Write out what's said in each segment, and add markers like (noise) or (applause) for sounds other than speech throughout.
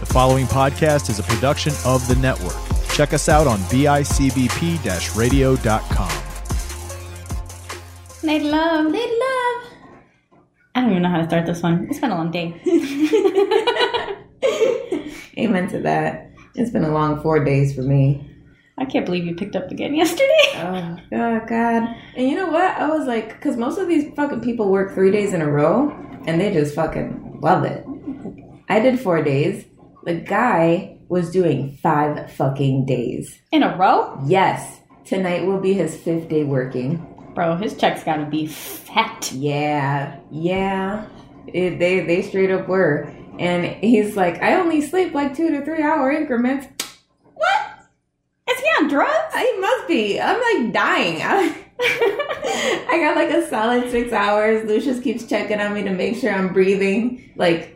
The following podcast is a production of the network. Check us out on bicbp radio.com. They love, they love. I don't even know how to start this one. It's been a long (laughs) day. Amen to that. It's been a long four days for me. I can't believe you picked up again yesterday. Oh, oh God. And you know what? I was like, because most of these fucking people work three days in a row and they just fucking love it. I did four days. The guy was doing five fucking days. In a row? Yes, tonight will be his fifth day working. Bro, his check's gotta be fat. Yeah, yeah. It, they, they straight up were. And he's like, I only sleep like two to three hour increments. What? Is he on drugs? I must be. I'm like dying. (laughs) I, I got like a solid six hours. Lucius keeps checking on me to make sure I'm breathing. Like,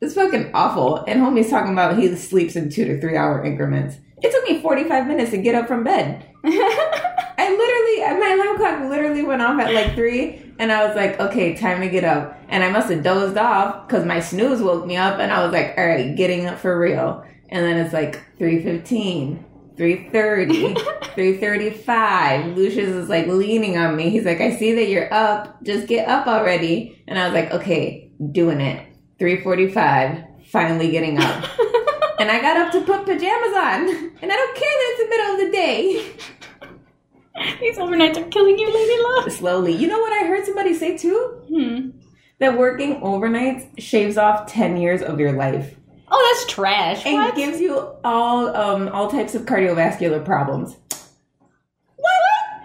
it's fucking awful. And homie's talking about he sleeps in two to three hour increments. It took me 45 minutes to get up from bed. I literally, my alarm clock literally went off at like three, and I was like, okay, time to get up. And I must have dozed off because my snooze woke me up, and I was like, all right, getting up for real. And then it's like 3.15. 3.30 3.35 lucius is like leaning on me he's like i see that you're up just get up already and i was like okay doing it 3.45 finally getting up and i got up to put pajamas on and i don't care that it's the middle of the day These overnights are killing you, lady love. slowly. You know what I heard somebody say too? Hmm. That working overnights shaves off 10 years of your life Oh, that's trash. and What? gives you all um, all types of cardiovascular problems. what?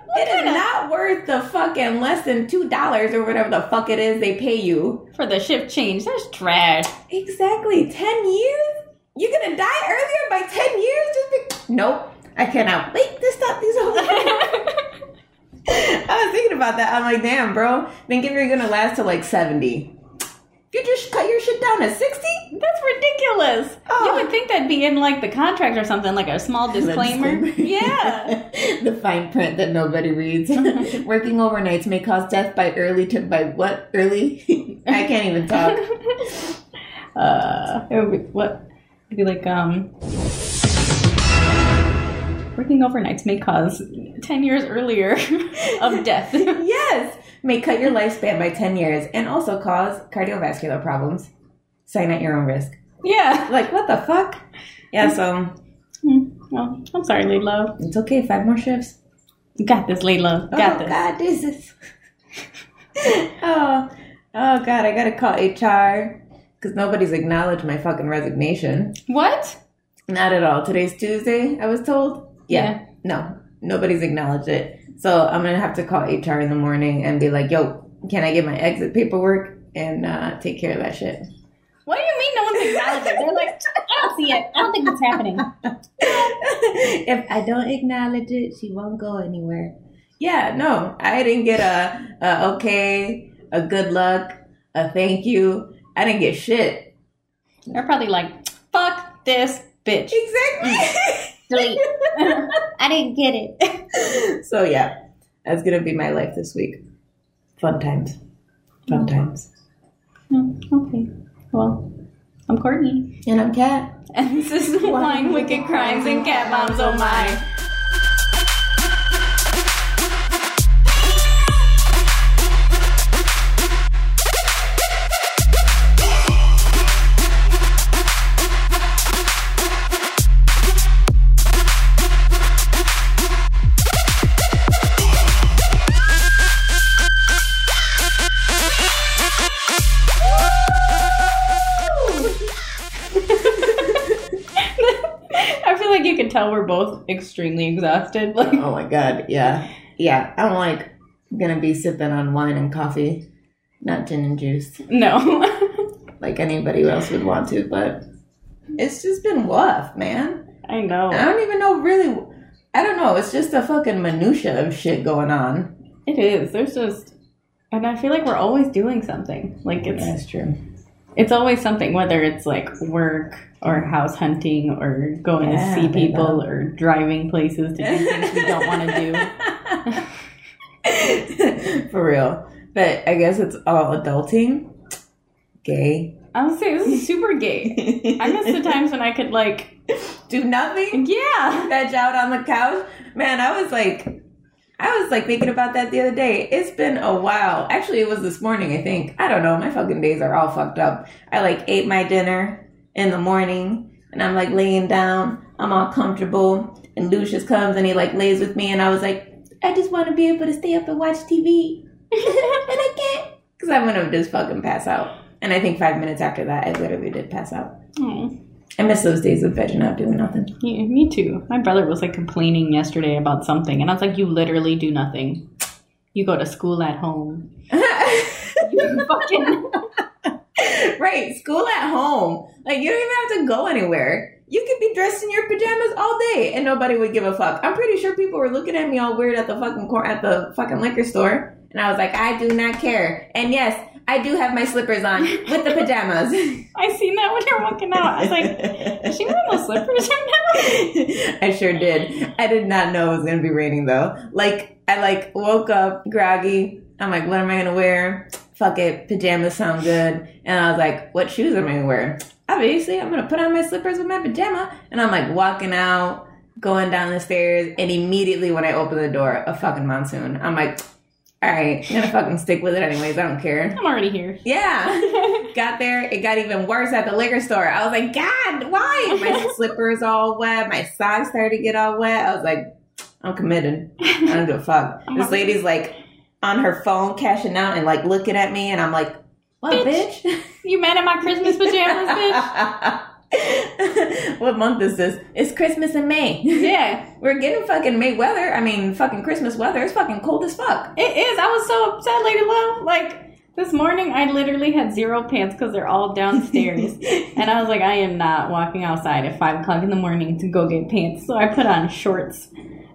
What It is kinda- not worth the fucking less than $2 or whatever the fuck it is they pay you. For the shift change, that's trash. Exactly. 10 years? You're gonna die earlier by 10 years? Just be- nope. I cannot. Wait, this stuff, these (laughs) are. I was thinking about that. I'm like, damn, bro. Think if you're gonna last to like 70. If you just cut your shit down to 60? That's ridiculous. Oh. You would think that'd be in like the contract or something, (laughs) like a small disclaimer. (laughs) yeah. (laughs) the fine print that nobody reads. (laughs) Working overnights may cause death by early to by what early? (laughs) I can't even talk. uh, it would be what? It'd be like um, working overnights may cause ten years earlier (laughs) of death. (laughs) (laughs) yes, may cut your lifespan by ten years and also cause cardiovascular problems. Sign at your own risk. yeah. Like what the fuck? Yeah, so Hmm. Well, I'm sorry, Lay Love. it's okay. Five more shifts. You Got this, Lay Love. Got oh this. God, this is. (laughs) oh, oh God! I gotta call HR because nobody's acknowledged my fucking resignation. What? Not at all. Today's Tuesday. I was told. Yeah. No, nobody's acknowledged it. So I'm gonna have to call HR in the morning and be like, "Yo, can I get my exit paperwork and uh, take care of that shit?" What do you mean no (laughs) one's acknowledging? They're like, I don't see it. I don't think it's happening. (laughs) if I don't acknowledge it, she won't go anywhere. Yeah, no, I didn't get a, a okay, a good luck, a thank you. I didn't get shit. They're probably like, fuck this bitch. Exactly. Delete. (laughs) I didn't get it. (laughs) so yeah, that's gonna be my life this week. Fun times. Fun times. No, Mm, okay. Well, I'm Courtney. (laughs) And I'm Kat. And this is Wine Wicked Crimes and Cat Moms Oh My. (laughs) I feel like you can tell we're both extremely exhausted. Like, Oh my god, yeah. Yeah. I'm like gonna be sipping on wine and coffee, not gin and juice. no. (laughs) Like anybody else would want to, but it's just been rough, man. I know. I don't even know really. I don't know. It's just a fucking minutia of shit going on. It is. There's just. And I feel like we're always doing something. Like it's true. (laughs) it's always something, whether it's like work or house hunting or going Yeah, to see baby. people or driving places to do things (laughs) we don't want to do. (laughs) For real. But I guess it's all adulting. Gay. I would say this is super gay. I miss the times when I could like, (laughs) Do nothing. yeah, Veg out on the couch. Man, I was like, I was like thinking about that the other day. It's been a while. Actually, it was this morning. I think. I don't know. My fucking days are all fucked up. I like ate my dinner in the morning, and I'm like laying down. I'm all comfortable, and Lucius comes and he like lays with me, and I was like, I just want to be able to stay up and watch TV, and I can't because I would have just fucking pass out. And I think five minutes after that, I literally did pass out. oh, I miss those days of veg and not doing nothing. (laughs) yeah, me too. My brother was like complaining yesterday about something, and I was like, you literally do nothing. You go to school at home. You (laughs) fucking right, school at home. Like you don't even have to go anywhere. You could be dressed in your pajamas all day and nobody would give a fuck. I'm pretty sure people were looking at me all weird at the fucking cor- at the fucking liquor store, and I was like, I do not care. And yes, I do have my slippers on with the (laughs) pajamas. I seen that when you're walking out. I was like, is she wearing those slippers right now? (laughs) I sure did. I did not know it was gonna be raining though. Like I like woke up groggy. I'm like, what am I gonna wear? Fuck it, pajamas sound good. And I was like, what shoes am I gonna wear? Obviously, I'm gonna put on my slippers with my pajama. And I'm like walking out, going down the stairs, and immediately when I open the door, a fucking monsoon. I'm like, all right, I'm gonna fucking stick with it anyways. I don't care. I'm already here. Yeah. (laughs) Got there, it got even worse at the liquor store. I was like, (laughs) God, why? My slippers all wet. My socks started to get all wet. I was like, I'm committed. I don't give a fuck. (laughs) I'm This not- lady's like on her phone cashing out and like looking at me, and I'm like, what, Bitch. bitch? (laughs) You mad at my Christmas pajamas, bitch? (laughs) what month is this? It's Christmas in May. (laughs) Yeah, We're getting fucking May weather. I mean, fucking Christmas weather. It's fucking cold as fuck. it is. I was so upset, Lady Love. Like this morning, I literally had zero pants because they're all (laughs) downstairs, and I was like, I am not walking outside at five o'clock in the morning to go get pants. So I put on shorts,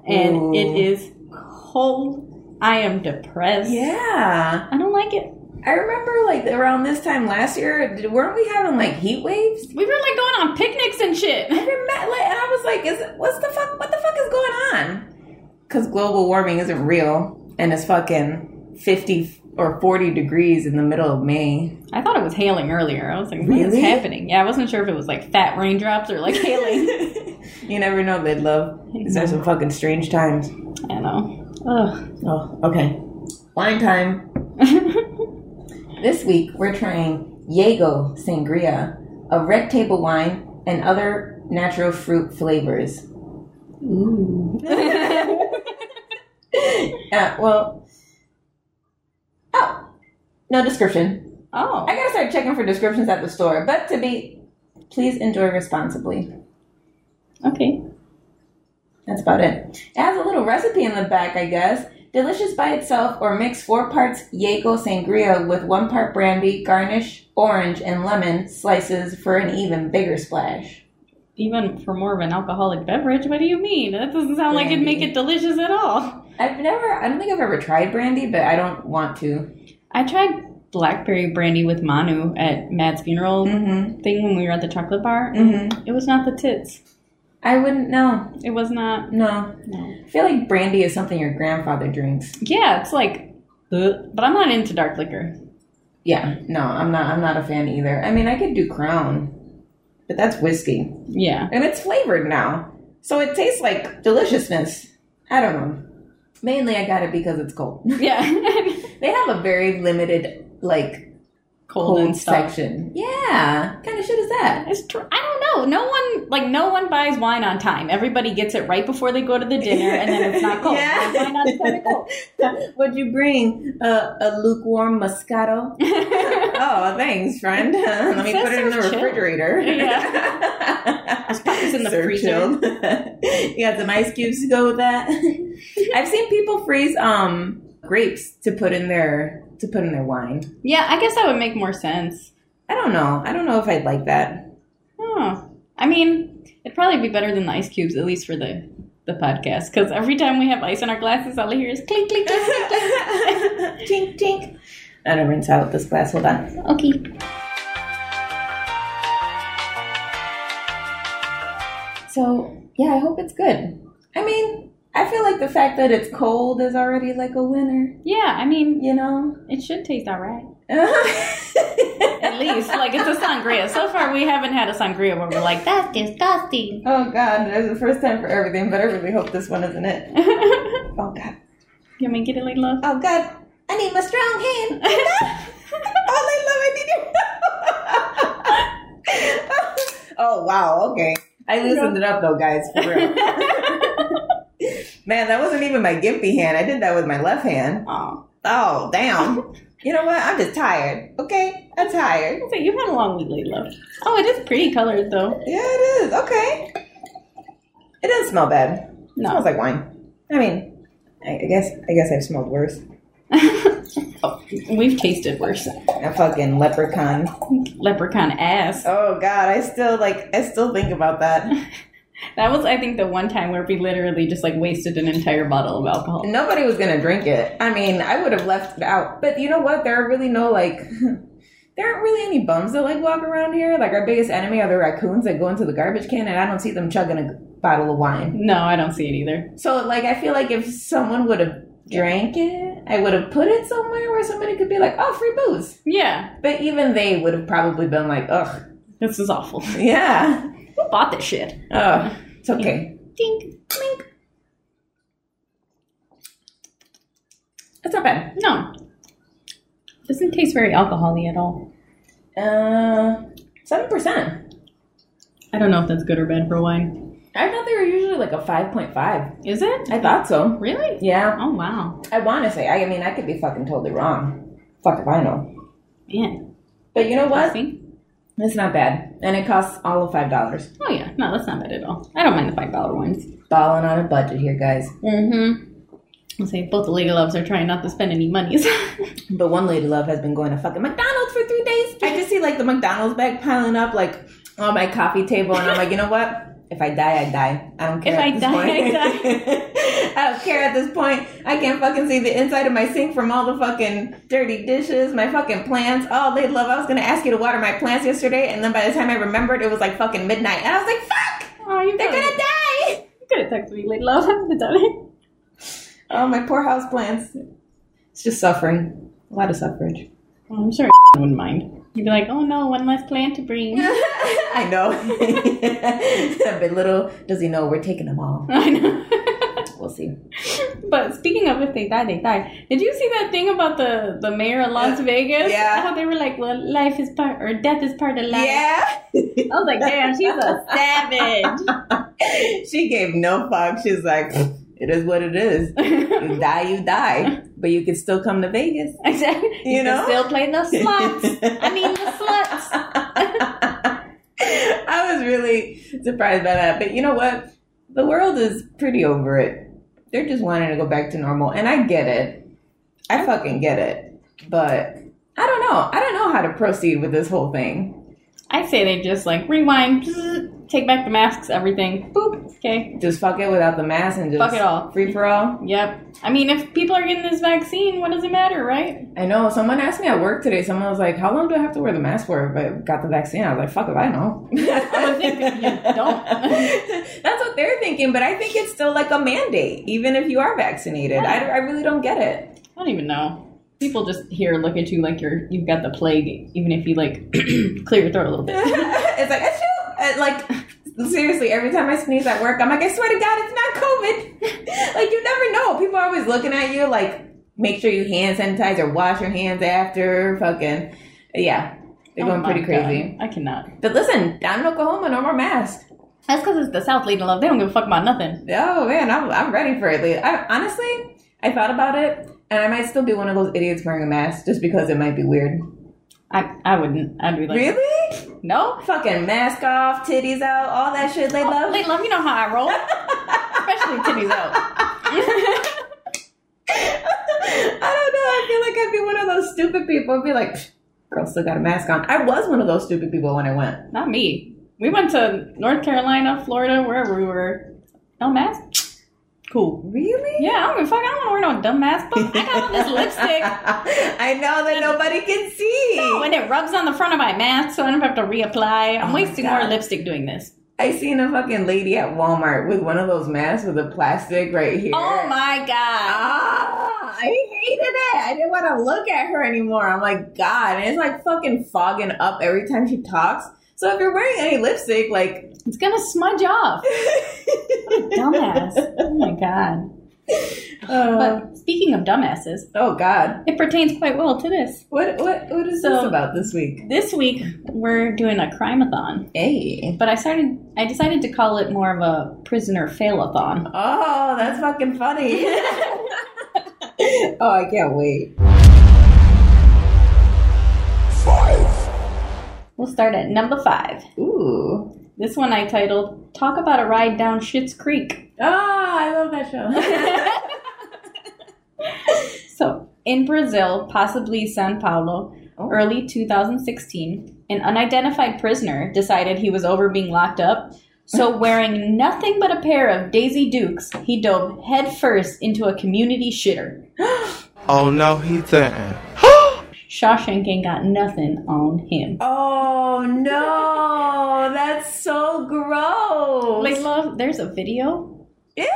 and Ooh. it is cold. I am depressed. Yeah. I don't like it. I remember like around this time last year, did- weren't we having like heat waves? We were like going on picnics and shit. I remember, like, and I was like, "Is it- what's the fuck? What the fuck is going on?" Because global warming isn't real, and it's fucking fifty or forty degrees in the middle of May. I thought it was hailing earlier. I was like, what is Really? happening? Yeah, I wasn't sure if it was like fat raindrops or like (laughs) hailing. you never know, Lid Love. These are some fucking strange times. I know. Ugh. (laughs) Oh, okay. Wine time. This week we're trying Yago Sangria, a red table wine and other natural fruit flavors. Ooh. Uh, well, oh, no description. Oh. I gotta start checking for descriptions at the store. But to be, please enjoy responsibly. Okay. That's about it. It has a little recipe in the back, I guess. Delicious by itself, or mix four parts Yago sangria with one part brandy, garnish orange and lemon slices for an even bigger splash. Even for more of an alcoholic beverage, what do you mean? That doesn't sound like it'd make Brandy. it delicious at all. I've never, I don't think I've ever tried brandy, but I don't want to. I tried blackberry brandy with Manu at Mad's funeral Mm thing when we were at the chocolate bar. hmm. Mm hmm. It was not the tits. I wouldn't, no, It was not. no. No. I feel like brandy is something your grandfather drinks. Yeah, it's like. Ugh. But I'm not into dark liquor. Yeah, no, I'm not, I'm not a fan either. I mean, I could do crown, but that's whiskey. Yeah. (laughs) and it's flavored now. So it tastes like deliciousness. I don't know. Mainly I got it because it's cold. (laughs) Yeah. They have a very limited like Cold, cold, and stuff. section. Yeah. Kind of shit is that? It's tr- I don't know. No one like no one buys wine on time. Everybody gets it right before they go to the dinner, and then it's (laughs) not cold. Yeah. Like, why not just have it cold? (laughs) (laughs) What'd you bring? Uh, a lukewarm Moscato? oh, thanks, friend. (laughs) Let me That put it in the sounds chill. refrigerator. (laughs) Just pop this in the Sir freezer. Chill. (laughs) you got some ice cubes to go with that. (laughs) I've seen people freeze um grapes to put in their to put in their wine. Yeah, I guess that would make more sense. I don't know. I don't know if I'd (laughs) like that. Oh, I mean, it'd probably be better than the ice cubes, at least for the the podcast. Because every time we have ice in our glasses, all I hear is clink, clink, clink, clink. tink tink. I don't rinse out this glass. Hold on. (laughs) Okay. So yeah, I hope it's good. I mean, I feel like the fact that it's cold is already like a winner. Yeah, I mean, You know. (laughs) it should taste all right. at least. Like it's a sangria. So far, we haven't had a sangria where we're like, that's disgusting. (laughs) Oh God, there's the first time for everything, but I really hope this one isn't it. you Oh God. want me to get it, like love? Oh God, I need my strong hand. All I love, I need your (laughs) Oh wow, okay. I loosened it up though, guys, for real. Man, that wasn't even my gimpy hand. I did that with my left hand. oh, Oh, damn. You know what? I'm just tired. Okay, I'm tired. so you've had a long week, like love. Oh, it is pretty colored though. Yeah, it is. Okay. It doesn't smell bad. It No. smells like wine. I mean, I, I guess I guess I've smelled worse. Oh, we've tasted worse. A fucking leprechaun. Leprechaun ass. Oh God, I still like I still think about that. (laughs) That was, I think, the one time where we literally just like wasted an entire bottle of alcohol. Nobody was gonna drink it. I mean, I would have left it out. But you know what? There are really no like (laughs) there aren't really any bums that like walk around here. Like our biggest enemy are the raccoons that go into the garbage can and I don't see them chugging a bottle of wine. No, I don't see it either. So like I feel like if someone would have drank it, I would have put it somewhere where somebody could be like, Oh, free booze. Yeah, But even they would have probably been like, Ugh, this is awful. Who yeah. bought this shit? Ugh. It's okay. Dink, clink. It's not bad. No. Doesn't taste very alcohol-y at all. Uh seven percent. I don't know if that's good or bad for wine. I thought they were usually like a five point five. Is it? I thought so. Really? Yeah, Oh wow. I want to say. I, I mean, I could be fucking totally wrong. Fuck if I know. Man. But you know I what? think- It's not bad, and it costs all of five dollars. Oh yeah. No, that's not bad at all. I don't mind the five dollar ones. Balling on a budget here, guys. Mm-hmm. I'll say both the lady loves are trying not to spend any (laughs) monies. But one lady love has been going to fucking McDonald's for three days. I just see like the McDonald's bag piling up like on my coffee table, and I'm like, you know what? If I die, I die. I don't care. If at I this die, point. I die. (laughs) I don't care at this point. I can't fucking see the inside of my sink from all the fucking dirty dishes, my fucking plants. Oh, they love. I was gonna ask you to water my plants yesterday, and then by the time I remembered, it was like fucking midnight, and I was like, fuck, oh, you they're (laughs) gonna die. could have texted me, lady love. (laughs) I've done it. Oh, my poor house plants. It's just suffering. A lot of suffrage. Well, I'm sure wouldn't mind. You'd be like, oh no, one less plant to bring. (laughs) I (laughs) know. but little does he know we're taking them all. (laughs) I know. (laughs) We'll see. But speaking of if they die, they die. Did you see that thing about the the mayor of Las Vegas? Yeah. How they were like, well, life is part or death is part of life. Yeah. I was like, damn, she's a savage. (laughs) she gave no fuck. She's like, it is what it is. You die, you die. But you can still come to Vegas. (laughs) exactly. You, You can know? still play the sluts. I mean the sluts. (laughs) I was really surprised by that. But you know what? The world is pretty over it. They're just wanting to go back to normal. And I get it. I fucking get it. But I don't know. I don't know how to proceed with this whole thing. I say they just like rewind, bzzz, take back the masks, everything. Boop. Okay. Just fuck it without the mask and just Fuck it all. Free for all. Yep. I mean, if people are getting this vaccine, what does it matter, right? I know. Someone asked me at work today. Someone was like, "How long do I have to wear the mask for if I got the vaccine?" I was like, "Fuck if I know." I would think that you don't. (laughs) That's what they're thinking, but I think it's still like a mandate, even if you are vaccinated. I, I really don't get it. I don't even know. People just here look at you like you're you've got the plague, even if you like (clears throat) clear your throat a little bit. (laughs) it's like, Achoo! I- like seriously, every time I sneeze at work, I'm like, I swear to God, it's not COVID. (laughs) like you never know. People are always looking at you like, make sure you hand sanitize or wash your hands after. Fucking yeah, they're Oh going my pretty crazy. God. I cannot. But listen, down in Oklahoma, no more masks. That's because it's the South leading love. They don't give a fuck about nothing. Oh man, I'm, I'm ready for it. Lee. I, honestly, I thought about it, and I might still be one of those idiots wearing a mask just because it might be weird. I, I wouldn't. I'd be like, really? no. Fucking mask off, titties out, all that shit, they love. Late love, you know how I (laughs) roll. Especially titties out. (laughs) (laughs) I don't know. I feel like I'd be one of those stupid people. I'd be like, "Psh, girl, still got a mask on. I was one of those stupid people when I went. Not me. We went to North Carolina, Florida, wherever we were. No mask? Cool. Really? (laughs) Yeah, I don't give a fuck. I don't want to wear no dumb mask. But I got all this lipstick. I know that nobody can see. No, and it rubs on the front of my mask, so I don't have to reapply. I'm Oh my wasting more God. lipstick doing this. I seen a fucking lady at Walmart with one of those masks with a plastic right here. Oh my god. Ah, I hated it. I didn't want to look at her anymore. I'm like, God. And it's like fucking fogging up every time she talks. So if you're wearing any lipstick, like, (laughs) It's gonna smudge off. Dumbass. Oh my god. uh, But speaking of dumbasses, oh God, it pertains quite well to this. what what what is this So- about this week? This week we're doing a crime-a-thon, Hey, but I started. I decided to call it more of a prisoner fail-a-thon. oh, that's fucking funny. oh, I can't wait. We'll start at number five. Ooh, This one I titled "Talk About a Ride Down Shit's Creek." oh, I love that show. So, in Brazil, possibly Sao Paulo, Oh. early 2016, an unidentified prisoner decided he was over being locked up. So, wearing nothing but a pair of Daisy Dukes, he dove headfirst into a community shitter. Oh no, he didn't. Shawshank ain't got nothing on him. oh no, that's so gross. Like, Oh, love, there's a video. Ew.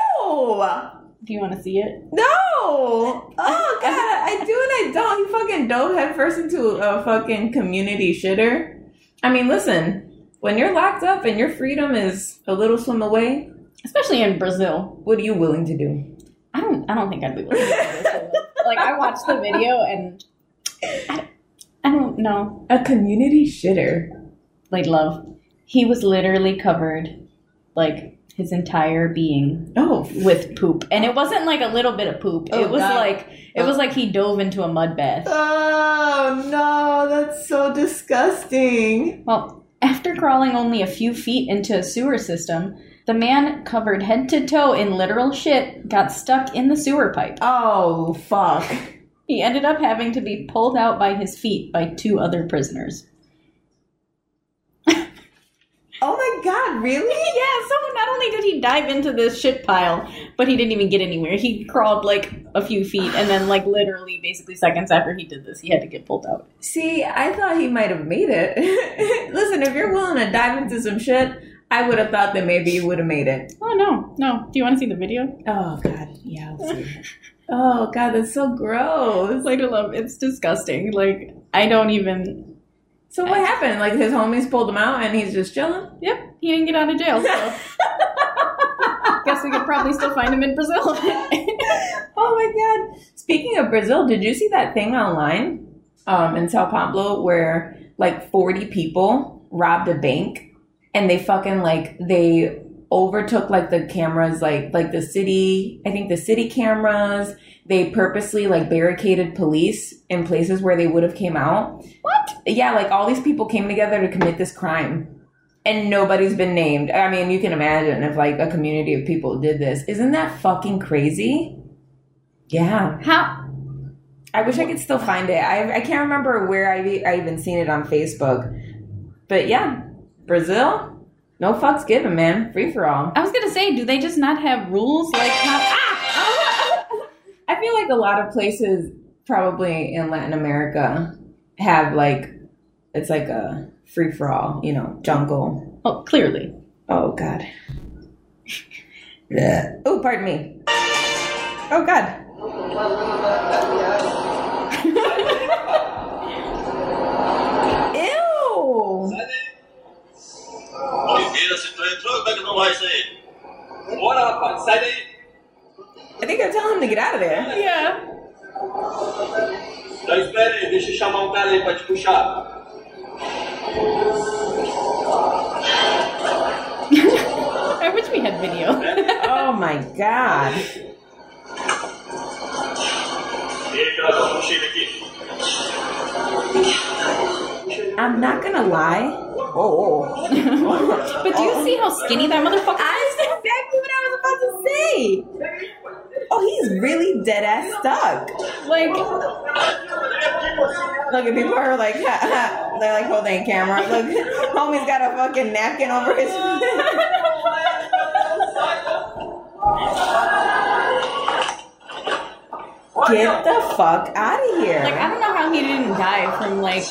Do you want to see it? No! Oh god, I do and I don't. He fucking dove headfirst into a fucking community shitter. I mean, listen, when you're locked up and your freedom is a little swim away, Especially in Brazil. what are you willing to do? I don't. I don't think I'd be looking at this. (laughs) Like, I watched the video and I, I don't know. A community shitter. like love. He was literally covered, like his entire being Oh, with poop, and it wasn't like a little bit of poop. Oh, it was God. like it was like he dove into a mud bath. oh no, that's so disgusting. Well, after crawling only a few feet into a sewer system, the man covered head to toe in literal shit got stuck in the sewer pipe. Oh fuck. He ended up having to be pulled out by his feet by two other prisoners. Oh my god, really? Yeah, so not only did he dive into this shit pile, but he didn't even get anywhere. He crawled like a few feet, and then like literally, basically seconds after he did this, he had to get pulled out. See, I thought he might have made it. (laughs) listen, if you're willing to dive into some shit, I would have thought that maybe you would have made it. Oh no, no. Do you want to see the video? Oh god, yeah. I'll see. oh god, that's so gross. It's like love. It's disgusting. Like I don't even. So what happened? Like his homies pulled him out, and he's just chilling. Yep, he didn't get out of jail. (laughs) So. Guess we could probably still find him in Brazil. (laughs) Oh my god! Speaking of Brazil, did you see that thing online um, in Sao Paulo where like forty people robbed a bank, and they fucking like they overtook like the cameras, like like the city. I think the city cameras. They purposely like barricaded police in places where they would have came out. what? yeah, like all these people came together to commit this crime and nobody's been named. I mean, you can imagine if like a community of people did this. Isn't that fucking crazy? Yeah. (laughs) How? I wish I could still find it. I, I can't remember where I, I even seen it on Facebook. But yeah, Brazil, no fucks given, man. Free for all. (laughs) I was gonna say, do they just not have rules? Like how? ah! I feel like a lot of places, probably in Latin America, have like, it's like a free for all, you know, jungle. Oh, clearly. Oh God. oh, pardon me. Oh God. Ew. Oliveira, se tu entrou, como é que não vai sair? Bora, rapaz, sai daí. I think they're telling him to get out of there. Yeah. Então espera aí, deixa eu chamar um cara aí pra te puxar. I wish we had video. (laughs) Oh my God. E aí, piratão, puxa ele aqui. I'm not gonna lie. Oh. (laughs) But do you see how skinny that motherfucker? That's exactly what I was about to say. Oh, he's really dead ass stuck. Like. Look at people are like, ha, ha. they're like holding a (laughs) camera. Look, homie's got a fucking napkin over his. Get the fuck out of Like here! I don't know how he didn't die from like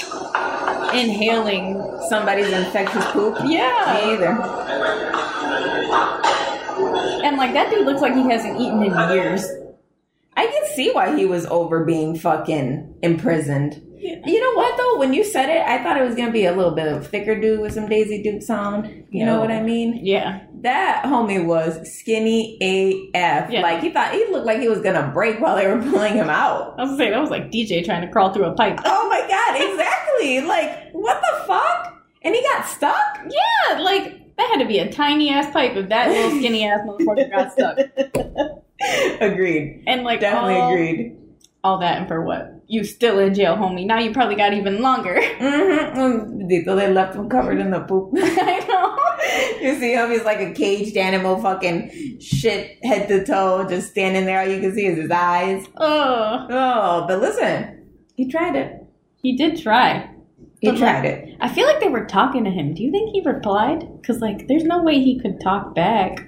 inhaling. Somebody's infectious poop. Yeah, Me either. and like that dude looks like he hasn't eaten in years. I can see why he was over being fucking imprisoned. You know what though? When you said it, I thought it was gonna be a little bit of thicker dude with some Daisy Duke sound. You know No. what I mean? Yeah. That homie was skinny AF. Yeah. Like he thought he looked like he was gonna break while they were (laughs) pulling him out. I was saying that was like DJ trying to crawl through a pipe. Oh my god, exactly. like what the fuck? And he got stuck? Yeah, like that had to be a tiny ass pipe if that little skinny ass motherfucker (laughs) got stuck. Agreed. And like Definitely all, agreed. all that and for what? You still in jail, homie. Now you probably got even longer. (laughs) Mm-hmm. So they left him covered in the poop. (laughs) I know. You see him, he's like a caged animal, fucking shit head to toe, just standing there. All you can see is his eyes. Oh, Oh, but listen, he tried it. he did try. He But tried it. I feel like they were talking to him. Do you think he replied? Cause like, there's no way he could talk back.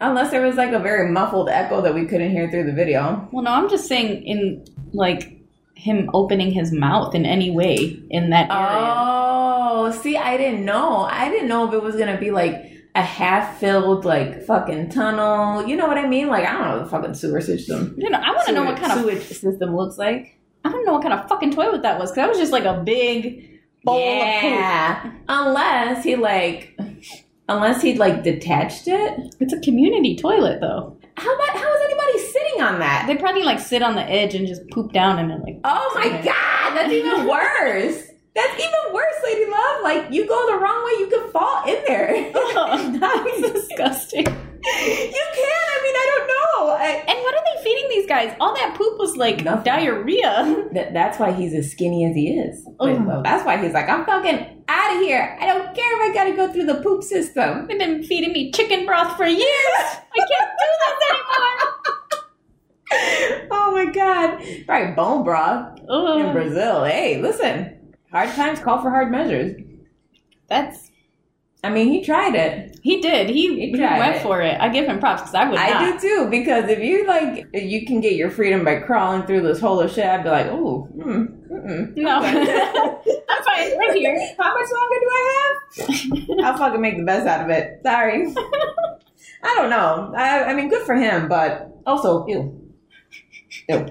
Unless there was like a very muffled echo that we couldn't hear through the video. Well, no, I'm just saying in like him opening his mouth in any way in that area. Oh, see, I didn't know. I didn't know if it was gonna be like a half filled, like fucking tunnel. You know what I mean? Like, I don't know the fucking sewer system. you know, I want to know what kind of sewage system looks like. I want to know what kind of fucking toilet that was. Cause that was just like a big bowl of yeah. Unless he like unless he like detached it. poop. It's a community toilet though. How about how is anybody sitting on that? They probably like sit on the edge and just poop down in it. Like, Oh my Okay. god, that's even worse. That's even worse, lady love. Like you go the wrong way, you could fall in there. (laughs) oh, (laughs) that's disgusting. you can, I mean I don't know. I, And what are they feeding these guys? All that poop was like Nothing. diarrhea. Th- that's why he's as skinny as he is. Oh. Like, That's why he's like, I'm fucking out of here. I don't care if I gotta go through the poop system. (laughs) They've been feeding me chicken broth for years. I can't do this anymore. oh my god. Probably bone broth. in Oh, Brazil. Hey, listen, hard times call for hard measures. that's I mean, he tried it. he did. He, He he, tried went it. for it. I give him props because I would not. I do too because if you like, if you can get your freedom by crawling through this hole of shit. I'd be like, oh, mm, (laughs) mm-mm. No, I'm fine right here. how much longer (laughs) do I have? I'll fucking make the best out of it. Sorry. I don't know. I, I mean, good for him, but also, ew, ew.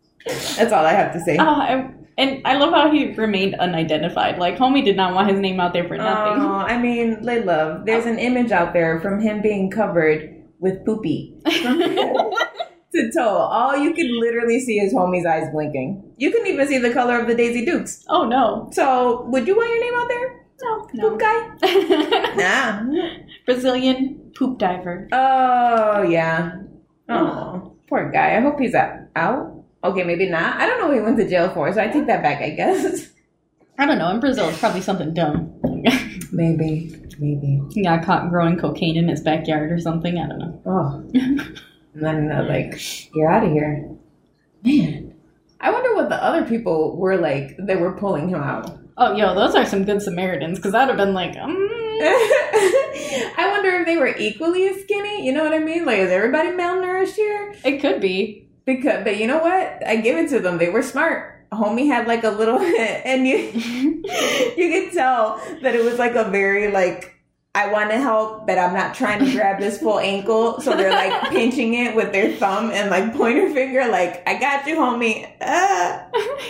(laughs) That's all I have to say. Oh, I, and I love how he remained unidentified. Like homie did not want his name out there for nothing. Oh, I mean, Lay Love, there's an image out there from him being covered (laughs) with poopy from head to toe. All you could literally see is homie's eyes blinking. You couldn't even see the color of the Daisy Dukes. oh no, (laughs) So, would you want your name out there, no, poop guy? no. Nah. Brazilian poop diver. Oh yeah. Oh, poor guy. I hope he's out. out. Okay, maybe not. I don't know what he went to jail for, so I take that back. I guess. (laughs) I don't know. In Brazil, it's probably something dumb. Maybe. Maybe. He got caught growing cocaine in his backyard or something. I don't know. (laughs) Oh. and then they're like, you're out of here. Man. I wonder what the other people were like that were pulling him out. (laughs) Oh, yo, those are some good Samaritans because I'd have been like, mm. I wonder if they were equally as skinny. You know what I mean? Like, is everybody malnourished here? it could be. Because, but you know what? I give it to them. They were smart. Homie had like a little, (laughs) and you, you could tell that it was like a very like, I want to help, but I'm not trying to grab this (laughs) full ankle. So they're like pinching it with their thumb and like pointer finger, like, I got you, homie. Uh,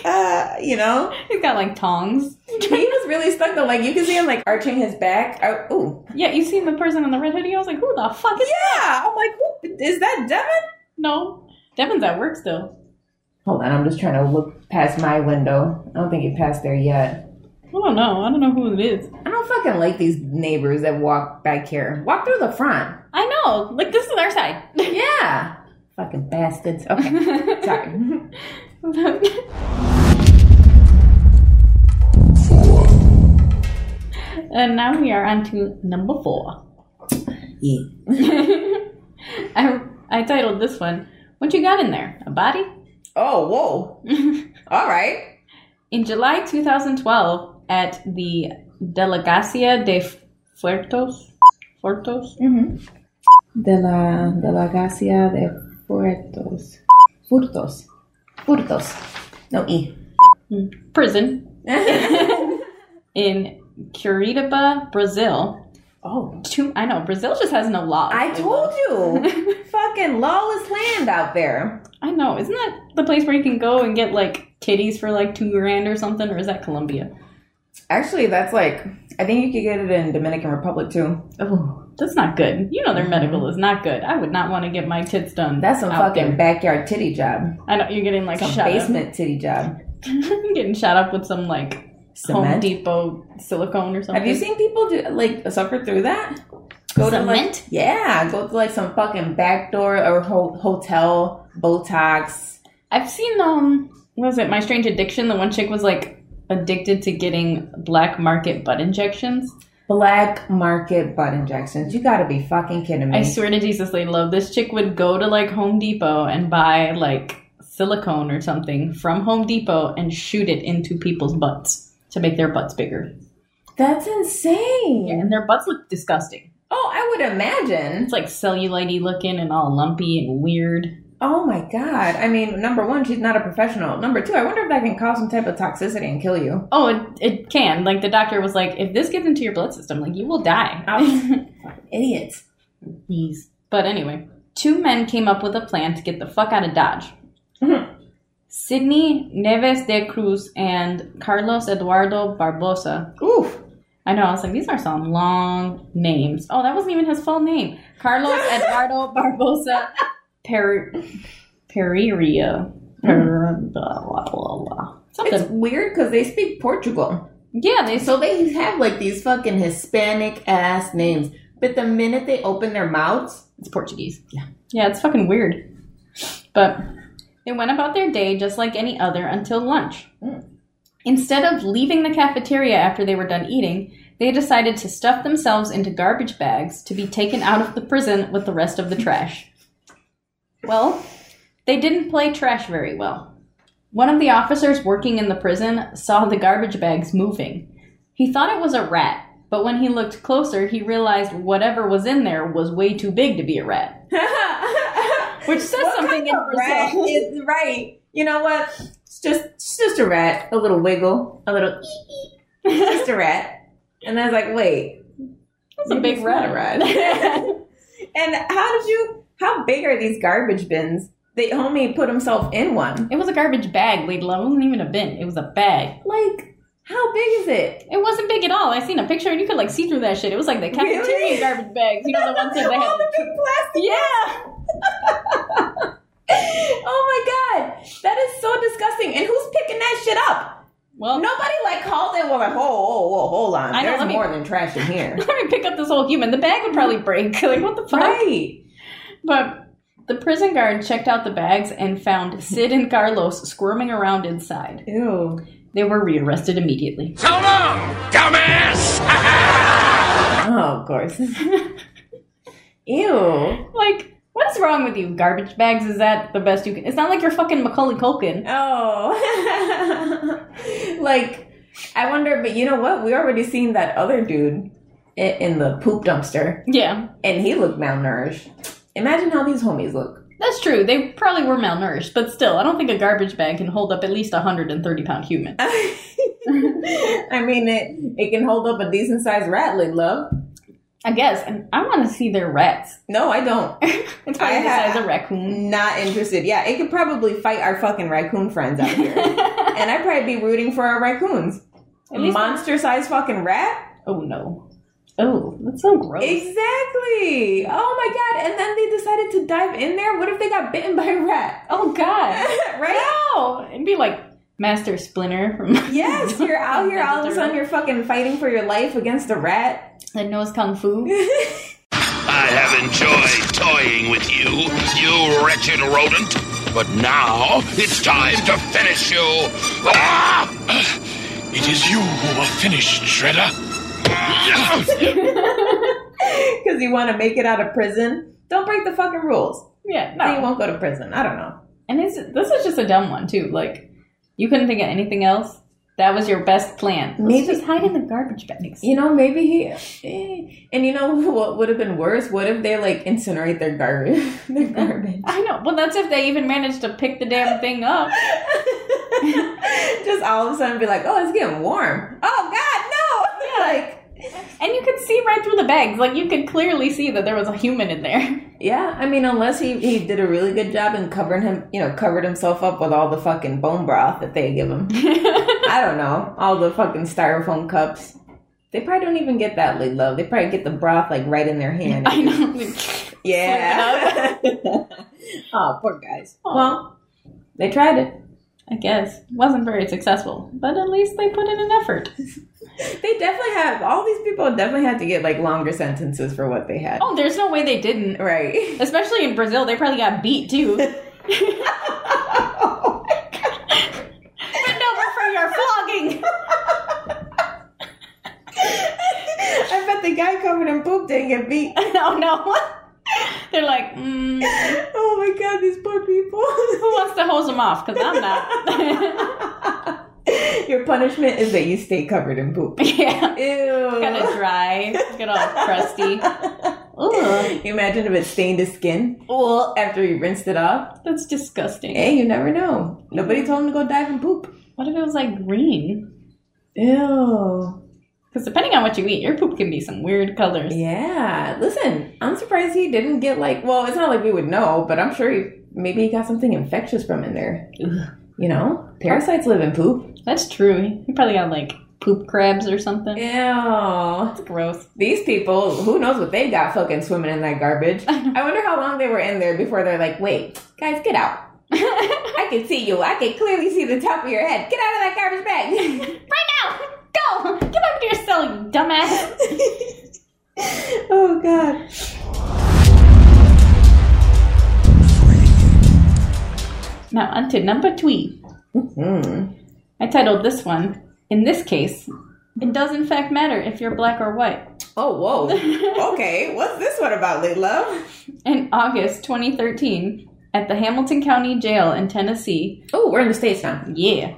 uh, you know? He's got like tongs. (laughs) He was really stuck though. Like, you can see him like arching his back. Oh, ooh. Yeah, you seen the person in the red hoodie? I was like, who the fuck is? Yeah. I'm like, who, is that Devin? No, Devin's at work still. Hold on. I'm just trying to look past my window. I don't think he passed there yet. I don't know. I don't know who it is. I don't fucking like these neighbors that walk back here. Walk through the front. I know. Like this is our side. (laughs) Yeah. fucking bastards. Okay. (laughs) (laughs) Sorry. and now we are on to number four. Yeah. (laughs) I, I titled this one, What You Got in There? A Body? Oh, whoa. (laughs) All right. In July 2012, at the Delegacia de Fuertos, Fuertos, Mm-hmm. De la Delegacia de Puertos. Furtos. Furtos. No (laughs) E. prison in Curitiba, Brazil, Oh, Too, I know Brazil just has no laws. I told you, (laughs) fucking lawless land out there. I know. Isn't that the place where you can go and get like titties for like two grand or something, or is that Colombia? Actually, that's like I think you could get it in Dominican Republic too. Oh, that's not good. You know their medical is not good. I would not want to get my tits done. That's some out there. fucking backyard titty job, I know you're getting like some shot basement titty job. up. you're (laughs) getting shot up with some like Home Cement. Depot silicone or something. Have you seen people do like suffer through that? Go to like Cement? yeah, go to like some fucking backdoor or ho- hotel Botox. I've seen um what was it My Strange Addiction? The one chick was like addicted to getting black market butt injections. Black market butt injections. You gotta be fucking kidding me. I swear to Jesus, they love this chick would go to like Home Depot and buy like silicone or something from Home Depot and shoot it into people's butts to make their butts bigger. That's insane. Yeah, and their butts look disgusting. Oh, I would imagine. It's like cellulite looking and all lumpy and weird. Oh my god. I mean, number one, she's not a professional. Number two, I wonder if that can cause some type of toxicity and kill (laughs) you. Oh, it, it can. Like the doctor was like, if this gets into your blood system, like you will die. Oh. Idiots. Please. But anyway, two men came up with a plan to get the fuck out of Dodge. Mhm. Sidney Neves de Cruz and Carlos Eduardo Barbosa Oof. I know. I was like, these are some long names. Oh, that wasn't even his full name. Carlos Eduardo Barbosa per Pereira. Per- blah, blah, blah, blah. It's Something. weird because they speak Portugal. yeah, they. So they have like these fucking Hispanic ass names. But the minute they open their mouths, It's Portuguese. (laughs) Yeah. Yeah, it's fucking weird. But they went about their day just like any other until lunch. Mm. Instead of leaving the cafeteria after they were done eating, they decided to stuff themselves into garbage bags to be taken out of the prison with the rest of the trash. Well, they didn't play trash very well. One of the officers working in the prison saw the garbage bags moving. He thought it was a rat, but when he looked closer, he realized whatever was in there was way too big to be a rat. which says something in rat Brazil. is right. You know what? It's just it's just a rat, a little wiggle, a little ee ee. just a rat. And I was like, wait, That's a big It's rat. not (laughs) a rat. and how did you? How big are these garbage bins? The homie put himself in one. it was a garbage bag, lady love. It wasn't even a bin. It was a bag. Like, how big is it? It wasn't big at all. I seen a picture and you could like see through that shit. It was like the cafeteria Really? garbage bags. You know the ones that they All have. the big plastic. Yeah. (laughs) Oh my god, that is so disgusting. And who's picking that shit up? Well, Nobody like called it. Well, like, whoa, whoa, whoa, hold on. I know, There's let me- more than trash in here, (laughs) let me pick up this whole human. The bag would probably break. (laughs) Like what the (laughs) fuck? right? But the prison guard checked out the bags and found Sid and Carlos squirming around inside. Ew. They were rearrested immediately. Oh, of (laughs) course. Ew. Like, what's wrong with you? Garbage bags? Is that the best you can? It's not like you're fucking Macaulay Culkin. Oh. (laughs) like, I wonder, but you know what? We already seen that other dude i- in the poop dumpster, Yeah, and he looked malnourished. Imagine how these homies look. that's true. They probably were malnourished, but still, I don't think a garbage bag can hold up at least a 130 pound human. (laughs) I mean, it, it can hold up a decent sized rat lid, love. I guess, and I want to see their rats. No, I don't. (laughs) It's probably I the ha- size of raccoon. Not interested. Yeah, it could probably fight our fucking raccoon friends out here. (laughs) and I'd probably be rooting for our raccoons. At least- Monster sized fucking rat? (laughs) Oh no. Oh, that's so gross. Exactly. Oh my god. And then they decided to dive in there. What if they got bitten by a rat? (laughs) oh god. right? No, it'd be like Master Splinter from (laughs) Yes, you're out here all of a sudden you're fucking fighting for your life against a rat. (laughs) that knows kung fu. I have enjoyed toying with you, you wretched rodent. But now it's time to finish you. Ah! It is you who will finish, Shredder. Cause you wanna make it out of prison. Don't break the fucking rules. Yeah, Then you no. won't go to prison. I don't know. And it's, this is just a dumb one too. Like you couldn't think of anything else. That was your best plan. Maybe- Let's just hide in the garbage bags. You know, maybe he eh. and you know (laughs) what would have been worse? What if they like incinerate their garbage (laughs) their garbage? I know. Well, that's if they even managed to pick the damn thing up. Just all of a sudden be like, oh, it's getting warm. Oh god, no! (laughs) Like And you could could see right through the bags. Like you could clearly see that there was a human in there. (laughs) Yeah, I mean, unless he, he did a really good job in covering him, you know, covered himself up with all the fucking bone broth that they give (laughs) him. I don't know. All the fucking styrofoam cups. They probably don't even get that lid low. They probably get the broth like right in their hand. I know. (laughs) Yeah. (laughs) oh, poor guys. Well, they tried it. I guess wasn't very successful, but at least they put in an effort. They definitely have, all these people definitely had to get like longer sentences for what they had. Oh, there's no way they didn't. Right. Especially in Brazil, they probably got beat (laughs) too. but over for your flogging. (laughs) (laughs) I bet the guy covered in poop didn't get beat. oh no. (laughs) They're like, mm, who (laughs) Oh my god, these poor people. (laughs) wants to hose them off? Because I'm not. (laughs) Your punishment is that you stay covered in poop. yeah. Kind of (laughs) Ew. dry, get all (laughs) crusty. Ooh, You imagine if it stained his skin Ugh. after he rinsed it off? that's disgusting. Hey, you never know. Nobody told him to go dive in poop. What if it was like green? Ew. Because depending on what you eat, your poop can be some weird colors. Yeah. Listen, I'm surprised he didn't get like, well, it's not like we would know, but I'm sure he, maybe he got something infectious from in there. You know? Parasites live in poop. That's true. You probably got like poop crabs or something. Ew. That's gross. These people, who knows what they got fucking swimming in that garbage. (laughs) I wonder how long they were in there before they're like, wait, guys, get out. (laughs) I can see you. I can clearly see the top of your head. Get out of that garbage (laughs) bag. Right now! Go! Get back to your cell, you dumbass! (laughs) oh, God. now, on to number two. Mm. I titled this one, In This Case, It Does In Fact Matter If You're Black or White. Oh, (laughs) whoa. okay, what's this one about, Layla? In August 2013, at the Hamilton County Jail in Tennessee, Oh, we're in the States now. Yeah.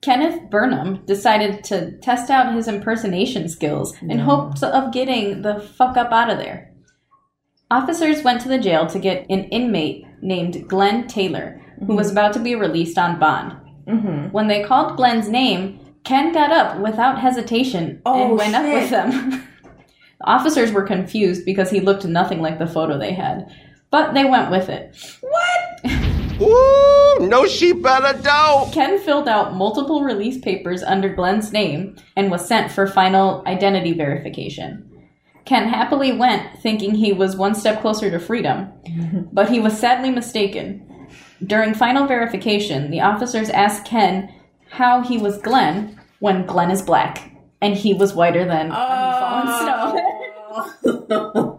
Kenneth Burnham decided to test out his impersonation skills in hopes of getting the fuck up out of there. Officers went to the jail to get an inmate named Glenn Taylor, who was about to be released on bond. Mm-hmm. When they called Glenn's name, Ken got up without hesitation Oh, and went up shit. with them. (laughs) the officers were confused because he looked nothing like the photo they had, but they went with it. Ooh, no, she better don't. Ken filled out multiple release papers under Glenn's name and was sent for final identity verification. Ken happily went, thinking he was one step closer to (laughs) freedom, but he was sadly mistaken. During final verification, the officers asked Ken how he was Glenn when Glenn is black and he was whiter Oh. than Fallen Snow. Oh.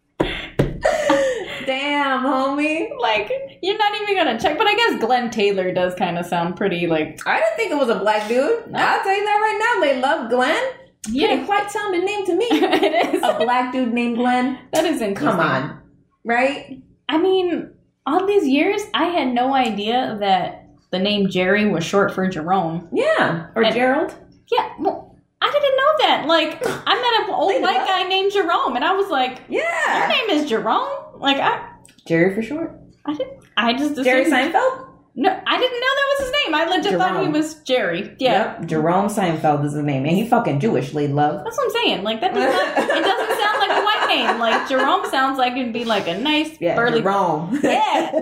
(laughs) Damn, homie. like, (laughs) you're not even gonna check, but I guess Glenn Taylor does kind of sound pretty like. I didn't think it was a black dude. I'll tell you that right now, Layla. Glenn? Pretty Yeah, white sounding name to me. (laughs) it is. a black dude named Glenn? That is inclusive. Come on. Right? I mean, all these years, I had no idea that the name Jerry was short for Jerome. Yeah. Or And- Gerald? Yeah, well, I didn't know that. Like, I met an old Leave it white up. guy named Jerome, and I was like, "Your Yeah. name is Jerome?" Like, I, Jerry for short. I didn't. I just assumed, Jerry Seinfeld? No, I didn't know that was his name. I legit thought he Jerome. was Jerry. Yeah, Yep, Jerome Seinfeld is the name, and he fucking Jewish, Lee Love. that's what I'm saying. Like, that does not. it doesn't sound like a white name. Like Jerome sounds like it'd be like a nice Yeah, burly Jerome. (laughs) Yeah.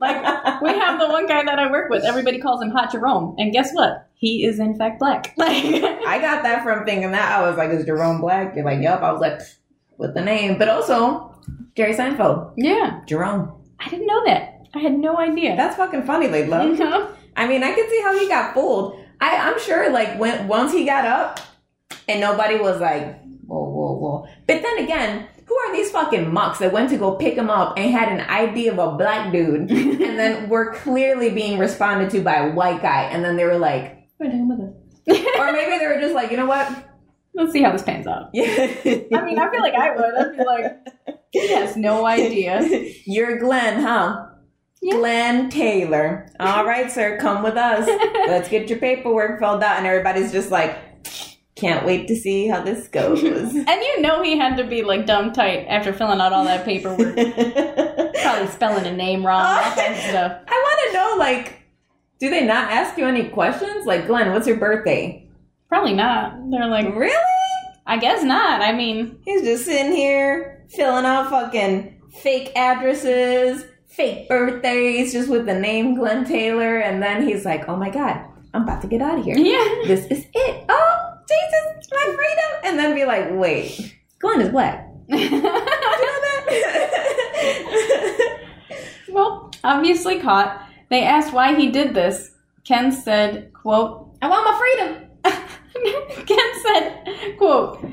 Like we have the one guy that I work with. Everybody calls him Hot Jerome, and guess what? He is in fact black. (laughs) Like I got that from thinking that I was like, "Is Jerome black?" You're like, "Yup." I was like, "With the name," but also Jerry Seinfeld, yeah, Jerome. I didn't know that. I had no idea. That's fucking funny, Lee (laughs) You Love. know? I mean, I can see how he got fooled. I, I'm sure, like, when once he got up, and nobody was like, whoa, whoa, whoa. But then again, who are these fucking mucks that went to go pick him up and had an ID of a black (laughs) dude, and then were clearly being responded to by a white guy, and then they were like, "We're done with it." or maybe they were just like, you (laughs) know what? Let's see how this pans out. Yeah. I mean, I feel like I would. I'd be like, he has (laughs) no idea. You're Glenn, huh? Yeah. Glenn Taylor. All right, sir, come with us. Let's get your paperwork filled out. And everybody's just like, can't wait to see how this goes. (laughs) And you know he had to be like dumb tight after filling out all that (laughs) paperwork, I probably spelling a name wrong, all kinds of stuff. want to know, like, do they not ask you any questions? Like, Glenn, what's your birthday? Probably not. They're like, Really? I guess not. I mean, He's just sitting here filling out fucking fake addresses, fake birthdays, just with the name Glenn Taylor. And then he's like, oh my God, I'm about to get out of here. yeah. (laughs) This is it. Oh, Jesus, my freedom. And then be like, wait, Glenn is (laughs) black. You know that? well, obviously caught. They asked why he did this. Ken said, quote, I want my freedom. (laughs) Ken said, quote,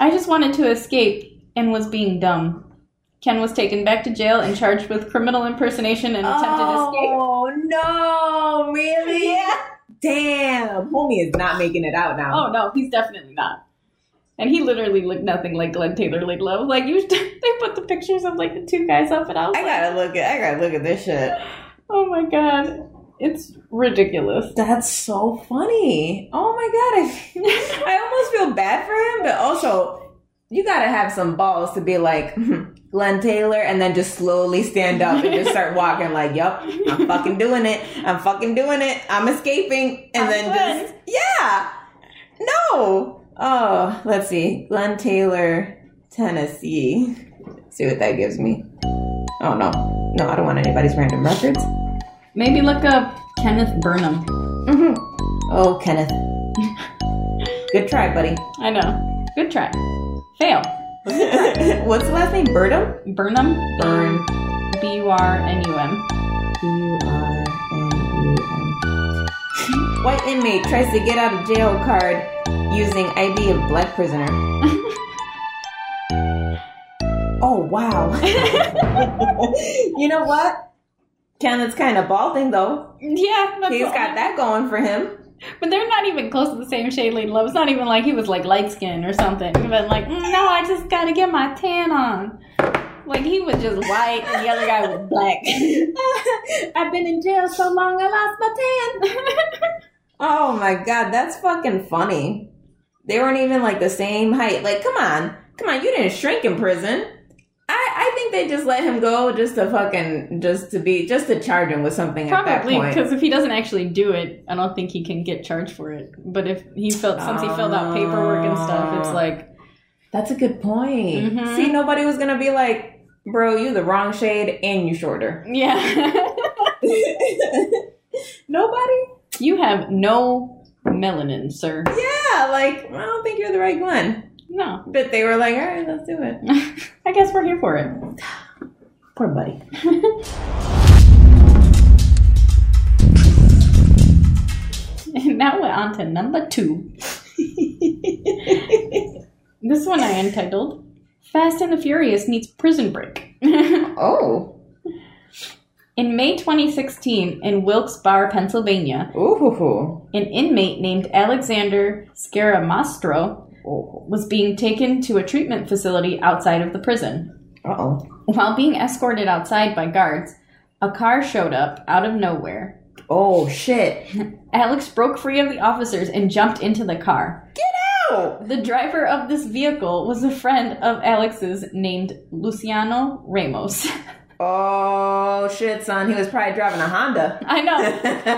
I just wanted to escape and was being dumb. Ken was taken back to jail and charged with criminal impersonation and attempted escape. Oh, no, really? Yeah. Damn, homie is not making it out now. Oh no, he's definitely not. And he literally looked nothing like Glenn Taylor Lidlow. Like you, (laughs) they put the pictures of like the two guys up, and I was I like, gotta look at I gotta look at this shit. oh my god, it's ridiculous. That's so funny. Oh my god, I, (laughs) I almost feel bad for him, but also you gotta have some balls to be like "Hmm, Glenn Taylor, and then just slowly stand up and just start walking like, "Yup, I'm fucking doing it. I'm fucking doing it. I'm escaping," and I'm then Glenn. just yeah, no. Oh, let's see, Glenn Taylor, Tennessee. See what that gives me. Oh no, no, I don't want anybody's random records. Maybe look up Kenneth Burnham. hmm Oh, (laughs) Kenneth. Good try, buddy. I know. Good try. Fail. What's the last name? Burnham? Burnham. Burn. B U R N U M. E B-U-R-N-U-M. White inmate tries to get out of jail card using ID of black prisoner. (laughs) oh, (laughs) wow. you know what? Kenneth's kind of balding, though. Yeah, that's He's all. got that going for him. But they're not even close to the same shade Lady Love. It's not even like he was like light skinned or something. But like, "Mm, no, I just gotta get my tan on. Like he was just white and the other guy was black. (laughs) I've been in jail so long, I lost my tan. (laughs) Oh my god, that's fucking funny. They weren't even like the same height. Like, come on, come on, you didn't shrink in prison. I I think they just let him go just to fucking just to be just to charge him with something at that Probably point. because if he doesn't actually do it, I don't think he can get charged for it. But if he felt since he filled out paperwork and stuff, Ah. it's like That's a good point. Mhm. See, nobody was gonna be like, bro, you the wrong shade and you shorter. (laughs) yeah, (laughs) Nobody. you have no melanin, sir. Yeah, like I don't think you're the right one. No, (laughs) But they were like, all right, let's do it. I guess we're here for it. Poor buddy. And now we're on to number two. (laughs) this one I entitled Fast and the Furious Meets Prison Break. (laughs) Oh. in May 2016, in Wilkes-Barre, Pennsylvania, Ooh. an inmate named Alexander Scaramastro was being taken to a treatment facility outside of the prison. Uh oh. While being escorted outside by guards, a car showed up out of nowhere Oh shit. Alex broke free of the officers and jumped into the car. Get out! The driver of this vehicle was a friend of Alex's named Luciano Ramos. (laughs) Oh shit, son. He was probably driving a Honda. I know. He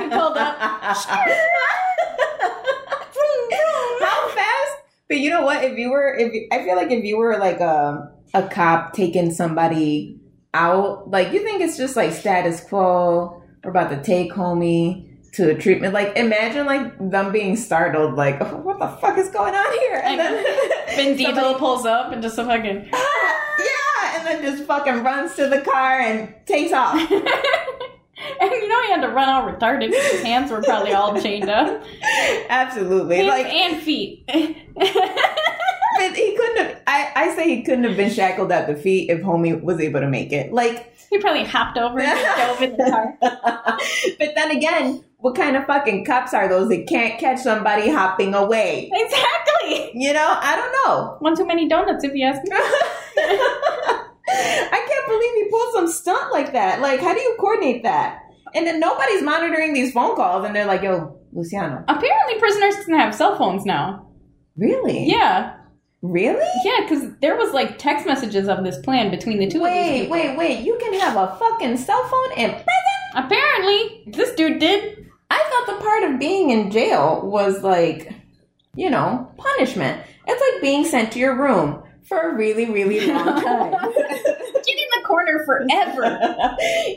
pulled (laughs) up. How fast? But you know what? If you were, if you, I feel like if you were like a a cop taking somebody out, like you think it's just like status quo. We're about to take homie to a treatment. Like imagine like them being startled, like (laughs) "Oh, what the fuck is going on here? And I then Vin Diesel (laughs) somebody- pulls up and just a fucking. (laughs) (laughs) yeah, and then just fucking runs to the car and takes off. (laughs) And you know he had to run all retarded because his hands were probably all chained up. Absolutely, Hands like and feet. (laughs) But he couldn't have. I, I say he couldn't have been shackled at the feet if homie was able to make it. Like, (laughs) he probably hopped over and just dove in the car. but then again, what kind of fucking cops are those that can't catch somebody hopping away? Exactly. You know, I don't know. (laughs) One too many donuts, if you ask me. I can't believe he pulled some stunt like that. Like, how do you coordinate that? And then nobody's monitoring these phone calls, and they're like, "Yo, Luciano, Apparently, prisoners can have cell phones now. really? Yeah. really? Yeah, because there was like text messages of this plan between the two of these Wait, people. wait, wait! You can have a fucking cell phone and." Apparently, this dude did. I thought the part of being in jail was like you know, punishment. It's like being sent to your room for a really, really (laughs) long time. (laughs) Get in the corner forever.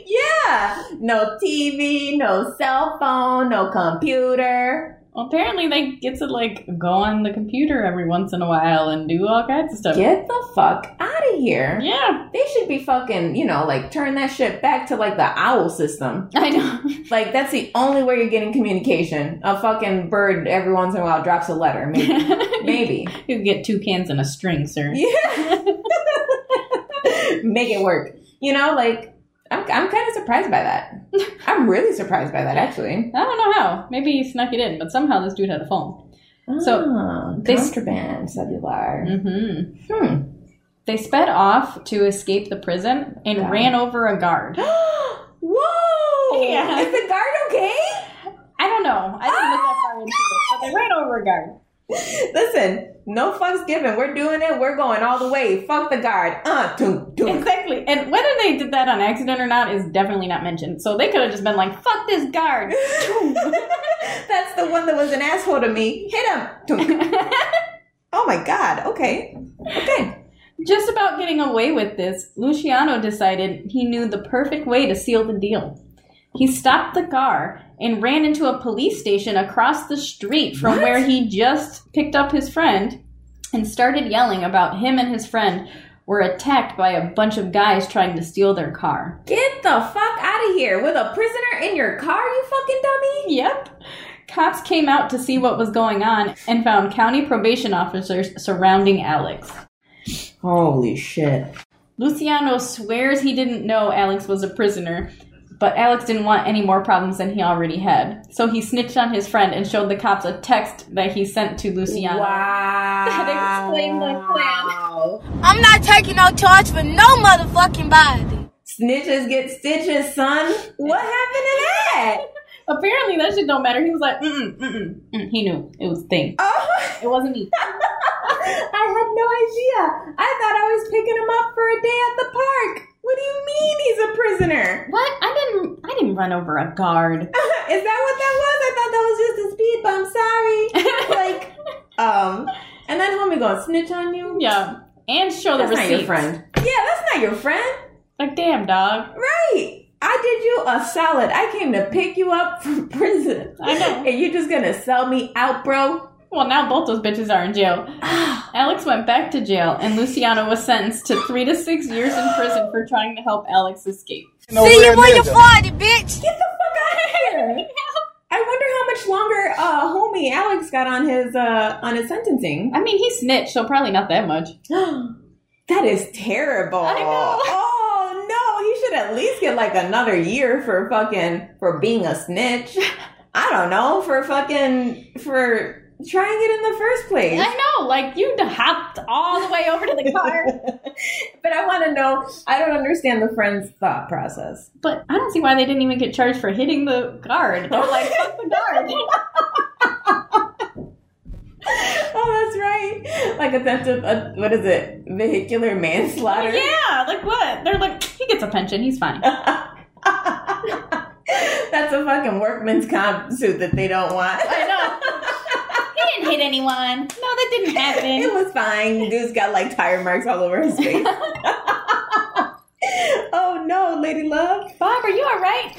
yeah. No TV, no cell phone, no computer. well, apparently they get to like go on the computer every once in a while and do all kinds of stuff. Get the fuck out of here. Yeah, They should be fucking, you know, like turn that shit back to like the owl system. I know. Like that's the only way you're getting communication. A fucking bird every once in a while drops a letter, maybe. (laughs) maybe. (laughs) You get two cans and a string, sir. Yeah. Make it work. You know, like I'm I'm kind of surprised by that. (laughs) I'm really surprised by that actually. I don't know how. Maybe he snuck it in, but somehow this dude had a phone. So, Ah, they- contraband cellular. hmm Hmm. They sped off to escape the prison and Wow. ran over a guard. (gasps) Whoa! Yeah. Is the guard okay? I don't know. I didn't look that far into it, but they ran over a guard. Listen, no fucks given. We're doing it. We're going all the way. Fuck the guard. Uh, doom, doom. Exactly. And whether they did that on accident or not is definitely not mentioned. So they could have just been like, fuck this guard. (laughs) That's the one that was an asshole to me. Hit him. Doom. (laughs) oh my god. Okay. Okay. Just about getting away with this, Luciano decided he knew the perfect way to seal the deal. He stopped the car and ran into a police station across the street from What? where he just picked up his friend and started yelling about him and his friend were attacked by a bunch of guys trying to steal their car. Get the fuck out of here with a prisoner in your car, you fucking dummy. Yep. Cops came out to see what was going on and found county probation officers surrounding Alex. Holy shit. Luciano swears he didn't know Alex was a prisoner, but Alex didn't want any more problems than he already had. So he snitched on his friend and showed the cops a text that he sent to Luciano. (laughs) Wow. (laughs) That explains my plan. I'm not taking no charge for no motherfucking body. Snitches get stitches, son. What happened to that? Apparently, that shit don't matter. He was like, mm mm, mm mm. He knew it was a thing. Oh. (laughs) It wasn't me. I had no idea. I thought I was picking him up for a day at the park. What do you mean he's a prisoner? what? I didn't. I didn't run over a guard. (laughs) Is that what that was? I thought that was just a speed bump. (laughs) Sorry. like, um, and then homie gonna snitch on you? Yeah, and show that's the not receipts. your friend. Yeah, that's not your friend. Like, damn, dog. Right. I did you a solid. I came to pick you up from (laughs) prison. I know. And you're just gonna sell me out, bro? Well, now both those bitches are in (sighs) jail. Alex went back to jail, and Luciano was sentenced to three to six years in prison for trying to help Alex escape. See you when you're 40, bitch. Get the fuck out of (laughs) here! I wonder how much longer uh, homie Alex got on his uh, on his sentencing. I mean, he snitched, so probably not that much. (gasps) that is terrible. I know. (laughs) Oh no, he should at least get like another year for fucking for being a (laughs) snitch. I don't know for fucking for trying it in the first place. (laughs) I know, like you hopped all the way over to the car, but I want to know. I don't understand the friend's (laughs) thought process. (laughs) but I don't see why they didn't even get charged for hitting the guard. (laughs) They're like, fuck the guard. Oh, that's right. Like attempted, uh, what is it? Vehicular manslaughter. yeah, like what? They're like, he gets a pension, he's fine. (laughs) That's a fucking workman's comp suit that they don't want. (laughs) I know. (laughs) He didn't hit anyone. No, that didn't It happen. was fine. Dude's got like tire marks all over his face. oh no, Lady Love. Bob, are you all right?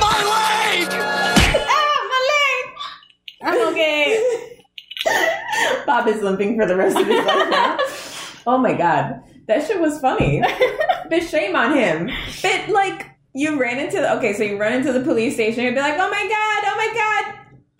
My leg! Ah, I'm okay. my leg. Bob is limping for the rest of his life now. Oh my god, that shit was funny. but shame on him. But like, you ran into the okay, so you run into the police station. You'd be like, oh my god, oh my god,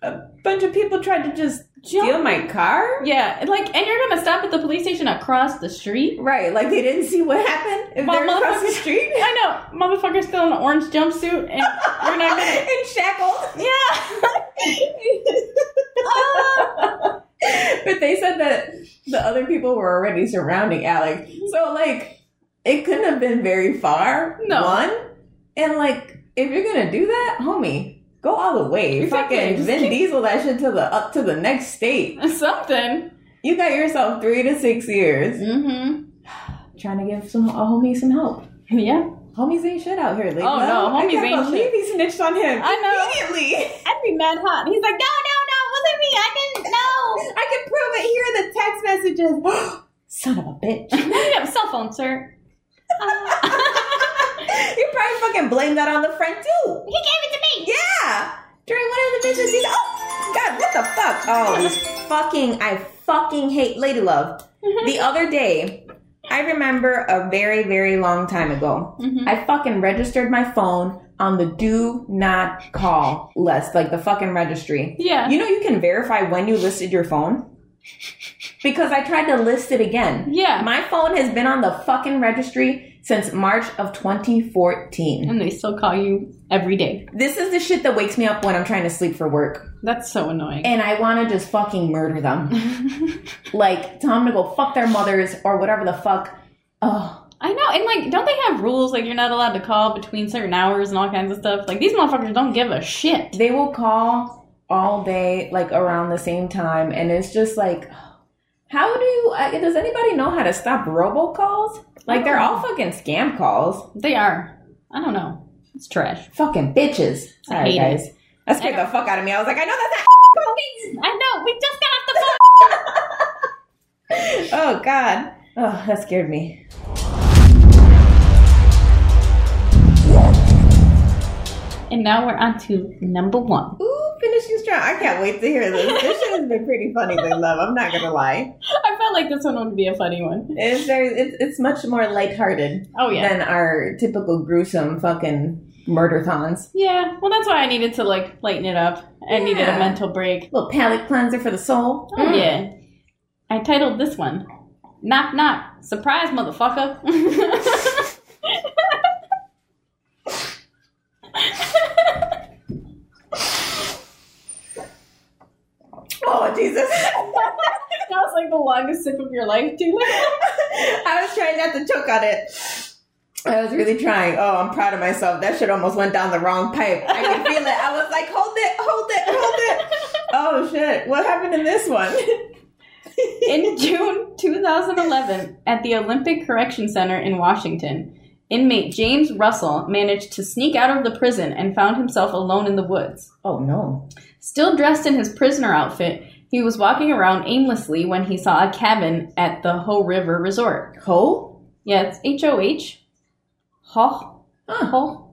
a bunch of people tried to just steal my car. Yeah, and, like, and you're gonna stop at the police station across the street? Right, like they didn't see what happened. If they're Mama. across the street I know, motherfucker's still in an orange jumpsuit, and you're not gonna. and shackled. (laughs) Yeah. (laughs) but they said that the other people were already surrounding Alex. So like it couldn't have been very far. No. One. And like if you're gonna do that, homie, go all the way. Exactly. Fucking Just Vin keep- Diesel that shit to the up to the next state. (laughs) Something. You got yourself three to six years. Mm Trying to give some a homie some help. hmm. Yeah. Homies ain't shit out here. Like, Oh, no, homies I can't ain't believe he snitched on him I know. immediately. I'd be mad hot. He's like, no, no, no, it wasn't me. I didn't know. I can prove it. Here are the text messages. (gasps) Son of (laughs) a bitch. Look it up, cell phone, sir. you probably fucking blame that on the friend too. He gave it to me. Yeah. During one of the bitches, he's oh God, what the fuck? Oh, these fucking I fucking hate Lady Love. The other day, I remember a very, very long time ago. I fucking registered my phone on the do not call list, like the fucking registry. Yeah. You know you can verify when you listed your phone? Because I tried to list it again. Yeah. My phone has been on the fucking registry since March of 2014. And they still call you every day. This is the shit that wakes me up when I'm trying to sleep for work. That's so annoying. And I want to just fucking (laughs) murder them. like, tell them to go fuck their mothers or whatever the fuck. Oh, I know, and like, don't they have rules like you're not allowed to call between certain hours and all kinds of stuff? Like these motherfuckers don't give a shit. they will call all day, like around the same time. And it's just like, how do you, uh, does anybody know how to stop robocalls? Like, they're all fucking scam calls. They are. I don't know. It's trash. Fucking bitches. I Sorry, hate guys. That scared I- the fuck out of me. I was like, I know that's not I know. We just got off the phone. Oh, God. Oh, that scared me. (laughs) And now we're on to number one. Ooh, finishing strong. I can't wait to hear this. This shit has been pretty funny, they love. I'm not gonna lie. (laughs) I felt like this one would be a funny one. It's very, it's, it's much more lighthearted Oh yeah. than our typical gruesome fucking murder thons. Yeah. Well, that's why I needed to like lighten it up. I needed Yeah. a mental break. Little palate cleanser for the soul. Oh yeah. I titled this one "Knock Knock Surprise Motherfucker." (laughs) Oh Jesus! that was like the longest sip of your life, (laughs) too. I was trying not to choke on it. I was really trying. Oh, I'm proud of myself. That shit almost went down the wrong pipe. I could feel it. I was like, hold it, hold it, hold it. Oh shit! What happened in this one? In June 2011, at the Olympic Correction Center in Washington, inmate James Russell managed to sneak out of the prison and found himself alone in the woods. Oh no! Still dressed in his prisoner outfit, he was walking around aimlessly when he saw a cabin at the Ho River Resort. Cole? Yeah, it's H O H. Ho. Ho.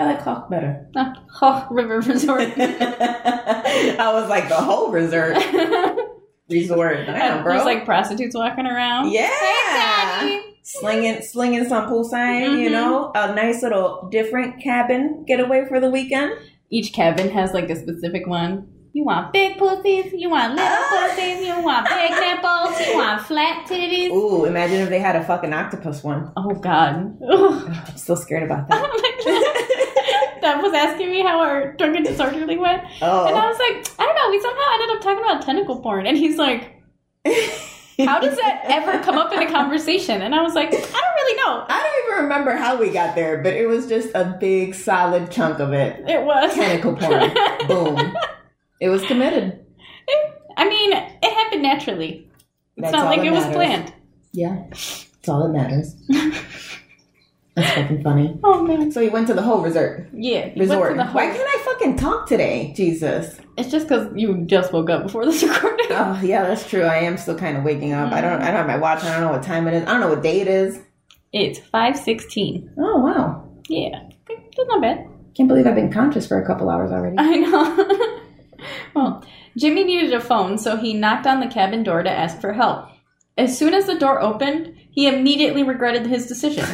I like Hawk better. (laughs) uh, Ho River (laughs) Resort. I was like the whole resort. (laughs) resort. Damn, (laughs) bro. There's like prostitutes walking around. yeah. Daddy. Slinging, slinging some poolside, you Mhm. know, a nice little different cabin getaway for the weekend. each cabin has like a specific one. You want big pussies, you want little Ah! pussies, you want (laughs) big nipples, you want flat titties. Ooh, imagine if they had a fucking octopus one. Oh god. Ugh. (laughs) I'm still scared about that. (laughs) that was asking me how our drunk and disorderly went. (laughs) And I Oh, was like, I don't know, we somehow ended up talking about tentacle porn. And he's like, Oh. How does that ever come up in a conversation? And I was like, I don't really know. (laughs) I don't even remember how we got there, but it was just a big solid chunk of it. It was. Tentacle (laughs) porn. Boom. It was committed. I mean, it happened naturally. It's That's not all like that it was matters. planned. Yeah, that's all that (laughs) matters. That's fucking funny. Oh man. So you went to the whole resort. Yeah. he went to Resort. the Why whole- can't I fucking talk today? Jesus. It's just because you just woke up before this (laughs) recording. Oh yeah, that's true. I am still kind of waking up. I don't. I don't have my watch. I don't know what time it is. I don't know what day it is. It's five sixteen. Oh wow. Yeah, that's not bad. (laughs) Can't believe I've been conscious for a couple hours already. I know. (laughs) well, Jimmy needed a phone, so he knocked on the cabin door to ask for help. As soon as the door opened, he immediately regretted his decision.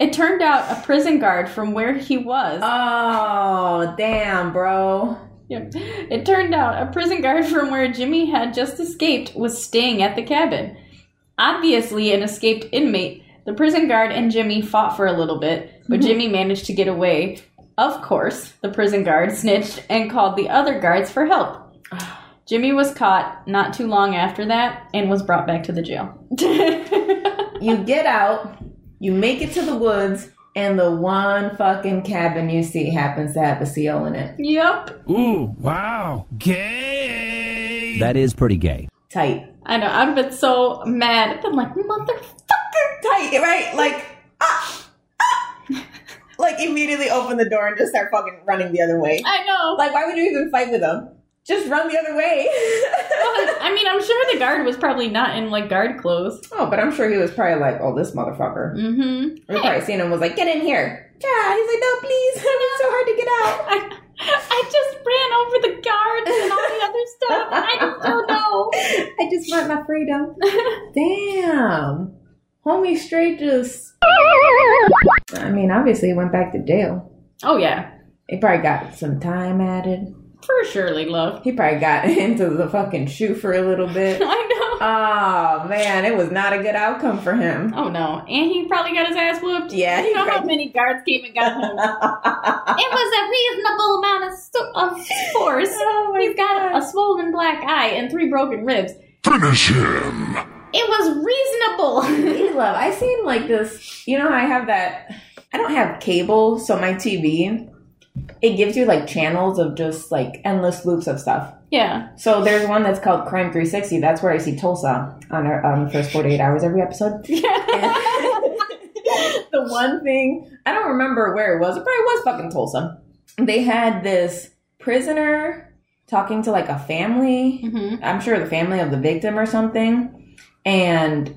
It turned out a prison guard from where he was. (laughs) Oh damn, bro. Yep. It turned out a prison guard (laughs) from where Jimmy had just escaped was staying at the cabin. Obviously, an escaped inmate, the prison guard and Jimmy fought for a little bit, but Jimmy managed to get away. Of course, the prison guard snitched and called the other guards for help. Jimmy was caught not too long after that and was brought back to the jail. (laughs) You get out. You make it to the woods, and the one fucking cabin you see happens to have a seal in it. yep. Ooh, wow. Gay. That is pretty gay. Tight. I know, I've been so mad. I'm like, motherfucker. Tight. Right. Like. ah, ah. Like immediately open the door and just start fucking running the other way. I know. Like, why would you even fight with them? just run the other (laughs) way. (laughs) I mean, I'm sure the guard was probably not in like guard clothes. oh, but I'm sure he was probably like, "Oh, this motherfucker." Mm-hmm. We probably seen him was like, "Get in here!" Yeah, he's like, "No, please! (laughs) It was so hard to get out." I, I just ran over the guards and all the other stuff. and I just don't know. I just want my freedom. (laughs) Damn, homie, straight just. I mean, obviously, he went back to jail. Oh yeah, He probably got some time added. for surely, love. He probably got (laughs) into the fucking shoe for a little (laughs) bit. I know. Oh man, it was not a good outcome for him. (laughs) Oh no, and he probably got his ass whooped. Yeah, you know he how probably- many guards came and got him. (laughs) it was a reasonable amount of, sto- of (laughs) force. Oh, my He's got God. a swollen black eye and three broken ribs. Finish him! It was reasonable. (laughs) Hey, love, I seen like this. You know, how I have that. I don't have cable, so my TV it gives you like channels of just like endless loops of stuff. yeah. So there's one that's called Crime 360. That's where I see Tulsa on our on the first 48 hours every episode. (laughs) the one thing I don't remember where it was. It probably was fucking Tulsa. They had this prisoner talking to like a family. Mhm. I'm sure the family of the victim or something. And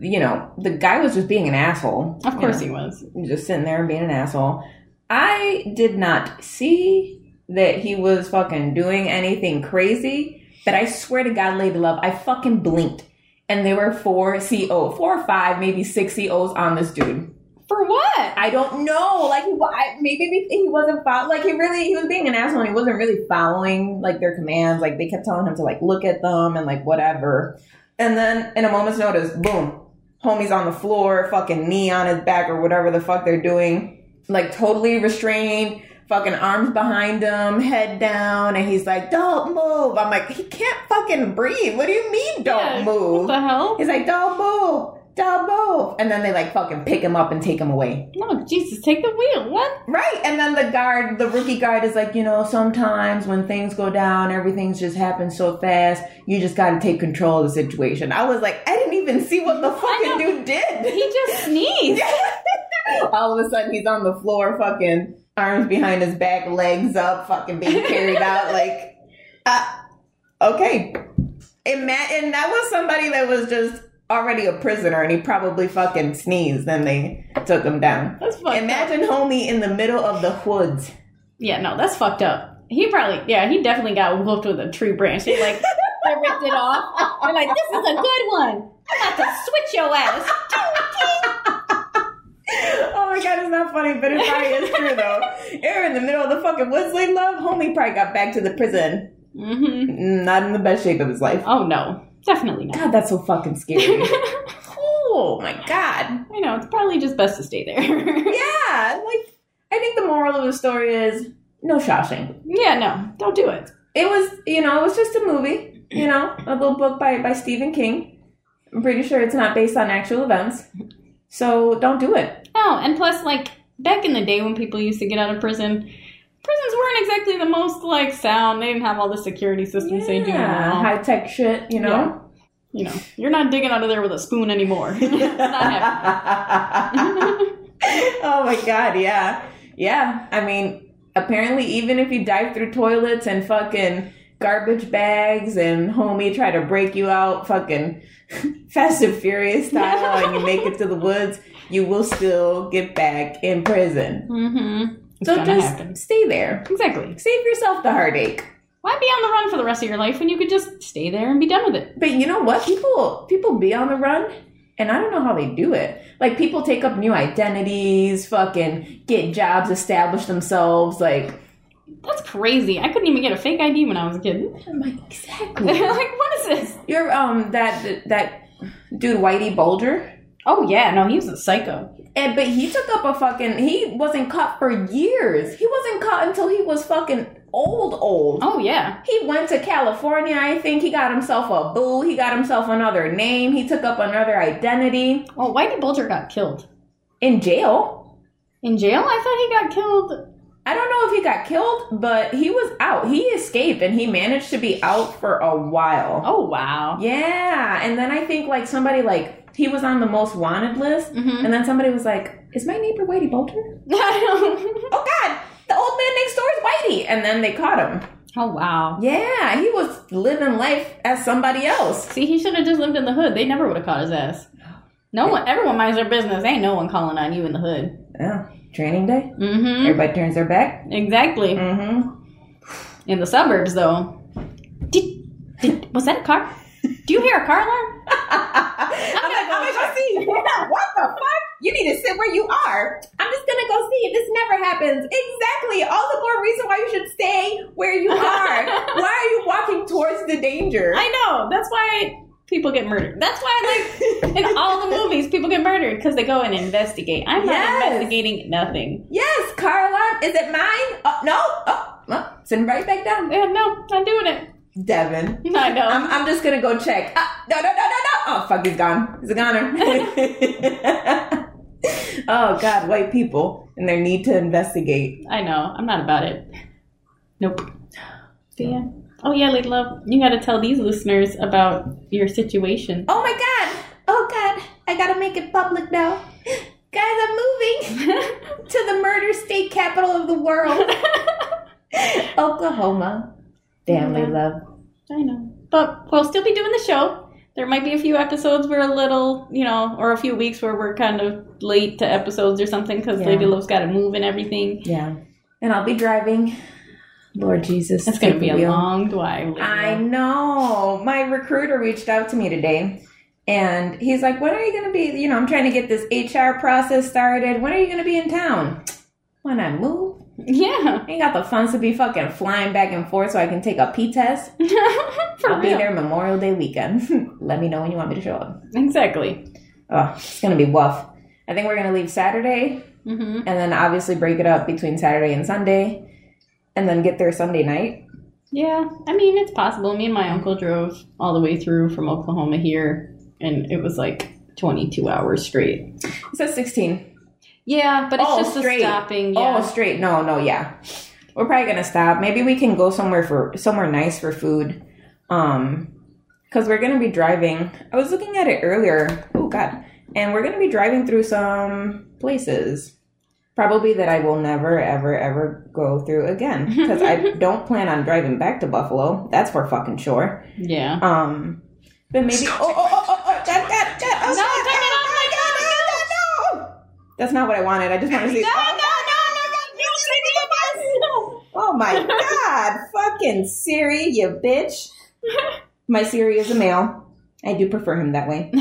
you know, the guy was just being an asshole. Of course you he was. know, just sitting there and being an asshole. I did not see that he was fucking doing anything crazy, but I swear to God, Lady Love, I fucking blinked. And there were four CO, four or five, maybe six COs on this dude. For what? I don't know. Like, he wa- I- maybe be- he wasn't following. Like, he really he was being an asshole. and He wasn't really following like their commands. Like, they kept telling him to like look at them and like whatever. And then, in a moment's notice, boom, homie's on the floor, fucking knee on his back or whatever the fuck they're doing, like totally restrained. Fucking arms behind him, head down, and he's like, "Don't move." I'm like, "He can't fucking breathe." What do you mean, don't Yeah, move? What the hell? He's like, "Don't move, don't move," and then they like fucking pick him up and take him away. No, Jesus, take the wheel. What? Right. And then the guard, the rookie guard is like, you know, sometimes when things go down, everything's just happens so fast. You just got to take control of the situation. I was like, I didn't even see what the fucking know. dude He did. just sneezed. (laughs) All of a sudden, he's on the floor, fucking arms behind his back, legs up, fucking being carried (laughs) out. Like, uh, okay. And, Matt, and that was somebody that was just already a prisoner and he probably fucking sneezed and they took him down. That's fucked up. Imagine homie in the middle of the woods. Yeah, no, that's fucked up. He probably, yeah, he definitely got whooped with a tree branch. They like, they ripped it off. They're like, this is a good one. I'm about to switch your ass. (laughs) Oh my god, it's not funny, but it probably is true though. (laughs) You're in the middle of the fucking woods, like love. Homie probably got back to the prison, Mm-hmm. hmm not in the best shape of his life. Oh no, definitely not. (laughs) God, that's so fucking (laughs) scary. oh my god. I know it's probably just best to stay there. (laughs) Yeah, like I think the moral of the story is no Shawshank. yeah, no, don't do it. It was, you know, it was just a movie, you know, a little book by by Stephen King. I'm pretty sure it's not based on actual events, so don't do it. No, and plus, like back in the day when people used to get out of prison, prisons weren't exactly the most like sound. They didn't have all the security systems they do now. high tech shit, you know. you know, you're not digging out of there with a spoon anymore. (laughs) It's not happening. (laughs) oh my god, yeah, yeah. I mean, apparently, even if you dive through toilets and fucking garbage bags and homie try to break you out, fucking (laughs) Fast and Furious style, and you make it to the woods, you will still get back in prison. Mm-hmm. It's so gonna just happen. stay there. Exactly. Save yourself the heartache. Why be on the run for the rest of your life when you could just stay there and be done with it? But you know what? People people be on the run, and I don't know how they do it. Like people take up new identities, fucking get jobs, establish themselves. Like That's crazy. I couldn't even get a fake ID when I was a kid. (laughs) I'm like exactly. like, what is this? (laughs) You're um that that dude Whitey Bulger, Oh yeah, no, he was a psycho. and but he took up a fucking. He wasn't caught for years. He wasn't caught until he was fucking old old. Oh yeah. He went to California, I think. He got himself a boo. He got himself another name. He took up another identity Well, Oh, Whitey Bulger got killed in jail. in jail. I thought he got killed. I don't know if he got killed, but he was out. He escaped and he managed to be out for a while. Oh wow. Yeah. And then I think like somebody like he was on the most wanted list Mhm. and then somebody was like, Is my neighbor Whitey Bolter? I know. Oh god, the old man next door is Whitey and then they caught him. (laughs) Oh wow. Yeah, he was living life as somebody else. See, he should have just lived in the hood. They never would have caught his ass. No one, everyone minds their business. Ain't no one calling on you in the hood. Yeah, training day. Mm-hmm. Everybody turns their back. Exactly. Mm-hmm. In the suburbs, though. Did, did was that a car? Do you hear a car alarm? I'm like, I'm gonna go see. (laughs) Yeah, what the fuck? You need to sit where you are. I'm just gonna go see. This never happens. Exactly. All the more reason why you should stay where (laughs) you are. why are you walking towards the danger? I know. That's why people get murdered. That's why, like, in all the movies, people get murdered because they go and investigate. I'm Yes. not investigating nothing. yes, car alarm. Is it mine? Oh, no. Oh, well, send right back down. Yeah, no, not doing it. Devin. I know. (laughs) I'm, I'm just gonna go check. Ah, no, no, no, no, no. Oh, fuck, he's gone. He's a (laughs) goner. oh, God, white people and their need to investigate. I know. I'm not about it. Nope. So, yeah. Oh yeah, Lady Love, you gotta tell these listeners about your situation. Oh, my God. Oh, God. I gotta make it public now. Guys, I'm moving (laughs) to the murder state capital of the world, (laughs) Oklahoma. Family Yeah. love. I know. But we'll still be doing the show. There might be a few episodes where a little, you know, or a few weeks where we're kind of late to episodes or something because Yeah. Lady Love's got to move and everything. Yeah. And I'll be driving. Lord Jesus. It's going to take be the a wheel. long drive. Lady I Love. know. My recruiter reached out to me today and he's like, When are you going to be? You know, I'm trying to get this HR process started. When are you going to be in town? When I move. (laughs) Yeah. I ain't got the funds to be fucking flying back and forth so I can take a P test. (laughs) For I'll be real. there Memorial Day weekend. (laughs) Let me know when you want me to show up. Exactly. Oh, it's going to be woof. I think we're going to leave Saturday hmm and then obviously break it up between Saturday and Sunday and then get there Sunday night. Yeah. I mean, it's possible. Me and my uncle drove all the way through from Oklahoma here, and it was like 22 hours straight. It says 16. Yeah, but it's Oh, just straight. a stopping. Yeah. Oh, straight. No, no, yeah. We're probably gonna stop. Maybe we can go somewhere for somewhere nice for food. Um, because we're gonna be driving. I was looking at it earlier. Oh God. And we're gonna be driving through some places, probably that I will never, ever, ever go through again. Because I don't plan on driving back to Buffalo. That's for fucking sure. yeah. Um, but maybe. Oh, oh, oh, oh, oh, that, that, that, oh, No, shit. turn it Oh, off, my God, no, no, no. That's not what I wanted. I just wanted to see. oh, Oh my (laughs) god, fucking Siri, you bitch. My Siri is a male. I do prefer him (laughs) that way.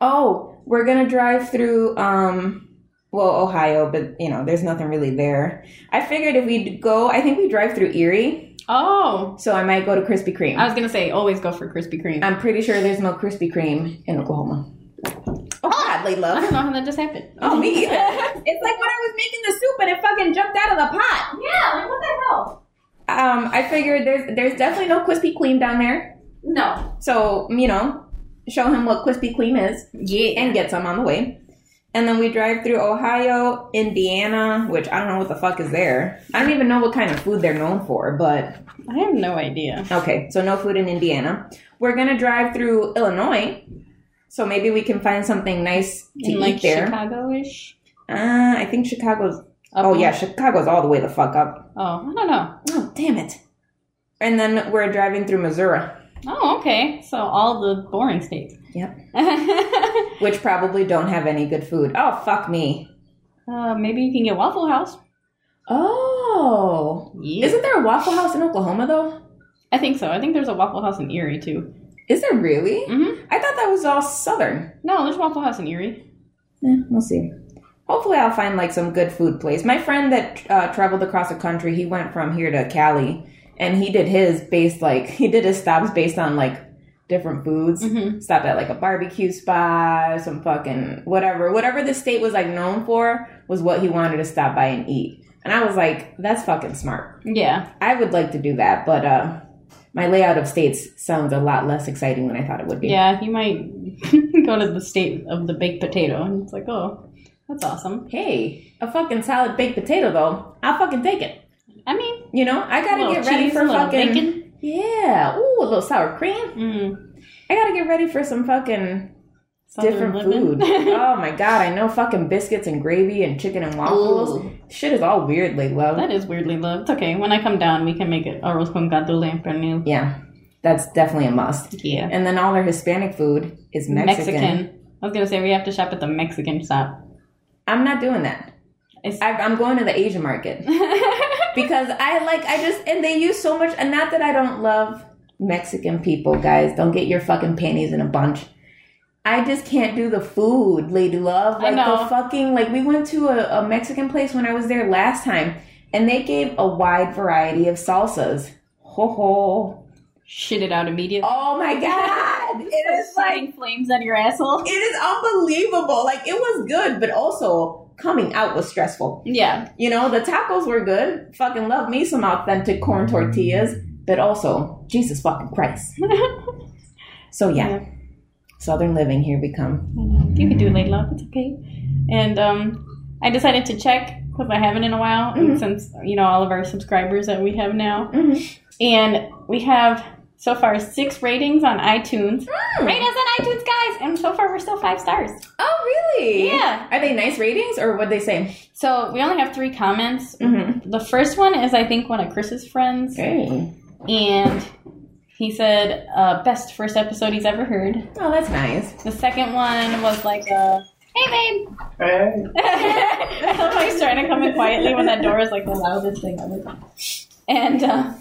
Oh, we're gonna drive through um well Ohio, but you know, there's nothing really there. I figured if we go, I think we drive through Erie, oh, so I might go to Krispy Kreme. I was gonna say always go for Krispy Kreme. I'm pretty sure there's no Krispy Kreme in Oklahoma. Oh god, I Layla. don't know how that just happened. (laughs) Oh me (laughs) either. It's like when I was making the soup and it fucking jumped out of the pot. Yeah, like what the hell? um, I figured there's there's definitely no Krispy Kreme down there. No. So you know, show him what Krispy Kreme is Yeah. and get some on the way. And then we drive through Ohio, Indiana, which I don't know what the fuck is there. I don't even know what kind of food they're known for, but I have no idea. okay, so no food in Indiana. We're gonna drive through Illinois, so maybe we can find something nice In to eat like there. Chicago-ish. Uh, I think Chicago's. Up oh north? yeah, Chicago's all the way the fuck up. Oh, I don't know. Oh damn it! And then we're driving through Missouri. Oh, okay. So all the boring states. (laughs) Yep. uh, which probably don't have any good food. Oh, fuck me. Uh, maybe you can get Waffle House. Oh. Yeah. Isn't there a Waffle House in Oklahoma, though? I think so. I think there's a Waffle House in Erie too. Is there really? Mhm. I thought that was all southern. No, there's a Waffle House in Erie. Eh, we'll see. Hopefully, I'll find like some good food place. My friend that uh, traveled across the country, he went from here to Cali, and he did his based like (laughs) he did his stops based on like different foods. Mhm. Stopped at like a barbecue spot, some fucking whatever, whatever the state was like known for was what he wanted to stop by and eat. And I was like, that's fucking smart. Yeah. I would like to do that, but uh, my layout of states sounds a lot less exciting than I thought it would be. Yeah. You might (laughs) go to the state of the baked potato, and it's like, oh, that's awesome. Hey, a fucking solid baked potato though, I'll fucking take it. I mean, You know, I a gotta little get ready cheese, for a little fucking bacon. yeah. Ooh, a little sour cream. Mm. I gotta get ready for some fucking Southern different living. (laughs) food. oh my god, I know fucking biscuits and gravy and chicken and waffles. Ooh. Shit is all weird lately. that is weirdly low. It's okay. When I come down, we can make it arroz con gato pernil. Yeah, that's definitely a must. Yeah. And then all their Hispanic food is Mexican. Mexican. I was gonna say we have to shop at the Mexican shop. (laughs) I'm not doing that. It's- I, I'm going to the Asian market because I like I just and they use so much and not that I don't love Mexican people, guys. Don't get your fucking panties in a bunch. I just can't do the food, lady love. I Like know. the fucking like we went to a, a Mexican place when I was there last time and they gave a wide variety of salsas. Ho ho. Shit it out immediately. (laughs) Oh my god. It is like Shooting flames out of your asshole. it is unbelievable. Like it was good, but also coming out was stressful. Yeah. (laughs) You know, the tacos were good. Fucking love me some authentic corn tortillas, but also Jesus fucking Christ. so yeah. Yeah. Southern living, here we come. You can do it late love. It's okay. And um, I decided to check because I haven't in a while, Mm-hmm. and since you know all of our subscribers that we have now, and we have so far six ratings on iTunes. Mm. Rate us on iTunes, guys, and so far we're still five stars. Oh really? Yeah. Are they nice ratings or what they say? So we only have three comments. Mm-hmm. The first one is I think one of Chris's friends, Hey. and he said uh, best first episode he's ever heard. Oh, that's nice. The second one was like a hey babe. (laughs) I love how he's trying to come in quietly when that door is like the loudest thing ever. And uh,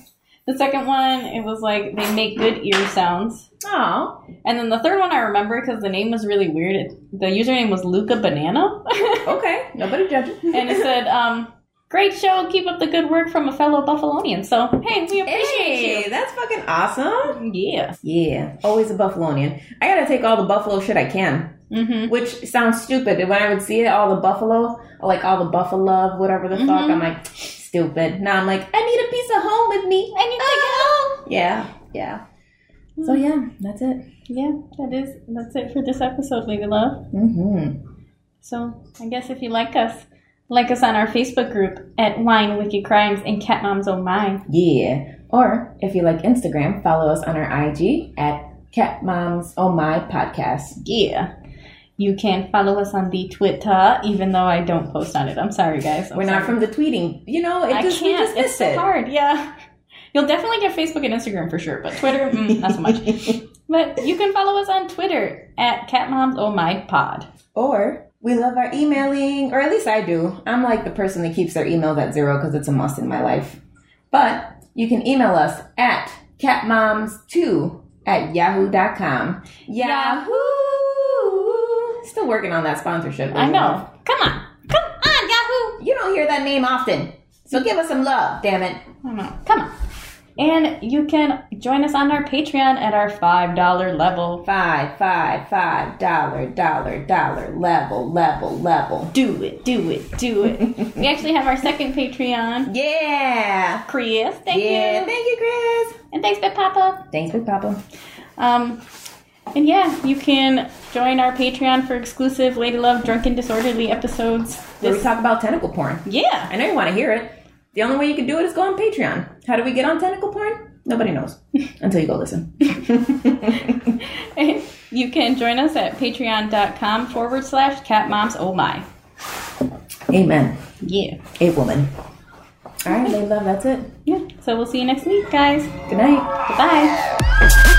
the second one, it was like they make good ear sounds. Oh. And then the third one I remember because the name was really weird. It, the username was Luca Banana, Okay. Nobody judges. and it said, um, "Great show, keep up the good work from a fellow Buffalonian." So hey, we (laughs) Hey, appreciate that's fucking awesome. you. Yeah. Yeah. Always a Buffalonian. I gotta take all the Buffalo shit I can. Mm-hmm. which sounds stupid. When I would see it, all the buffalo, like all the buffalo, whatever the fuck, Mm-hmm. I'm like, stupid. Now I'm like, I need a piece of home with me. I need Uh-huh. to go. Yeah, yeah. So Mm. yeah, that's it. Yeah, that is that's it for this episode, Lady Love. Mm-hmm. So I guess if you like us, like us on our Facebook group at Wine Wiki Crimes and Cat Moms Oh My. Yeah. Or if you like Instagram, follow us on our IG at Cat Moms Oh My Podcast. Yeah. You can follow us on the Twitter, even though I don't post on it. I'm sorry, guys. I'm We're not sorry. from the tweeting. You know, it I just we can't. just it's miss so it. hard. Yeah. You'll definitely get Facebook and Instagram for sure, but Twitter, mm, not so (laughs) much. But you can follow us on Twitter at Cat Moms Oh My Pod. Or we love our emailing, or at least I do. I'm like the person that keeps their emails at zero because it's a must in my life. But you can email us at catmoms2 at yahoo.com. Yahoo! Still working on that sponsorship. I know. Come on. Come on, Yahoo. You don't hear that name often. So give us some love, damn it. Come on. Come on. And you can join us on our Patreon at our $5 level. Five, five, five, dollar, dollar, dollar, level, level, level. Do it, do it, do it. we actually have our second Patreon. Yeah! Chris, thank yeah, you. thank you, Chris. and thanks, Big Papa. Thanks, Big Papa. Um, and yeah, you can join our Patreon for exclusive Lady Love Drunken Disorderly episodes. Where we talk about tentacle porn. Yeah. I know you want to hear it. The only way you can do it is go on Patreon. How do we get on tentacle porn? Nobody knows (laughs) until you go listen. (laughs) you can join us at patreon.com forward slash cat moms oh my. Amen. Yeah. A woman. All right, love. That's it. Yeah. So we'll see you next week, guys. Good night. Goodbye.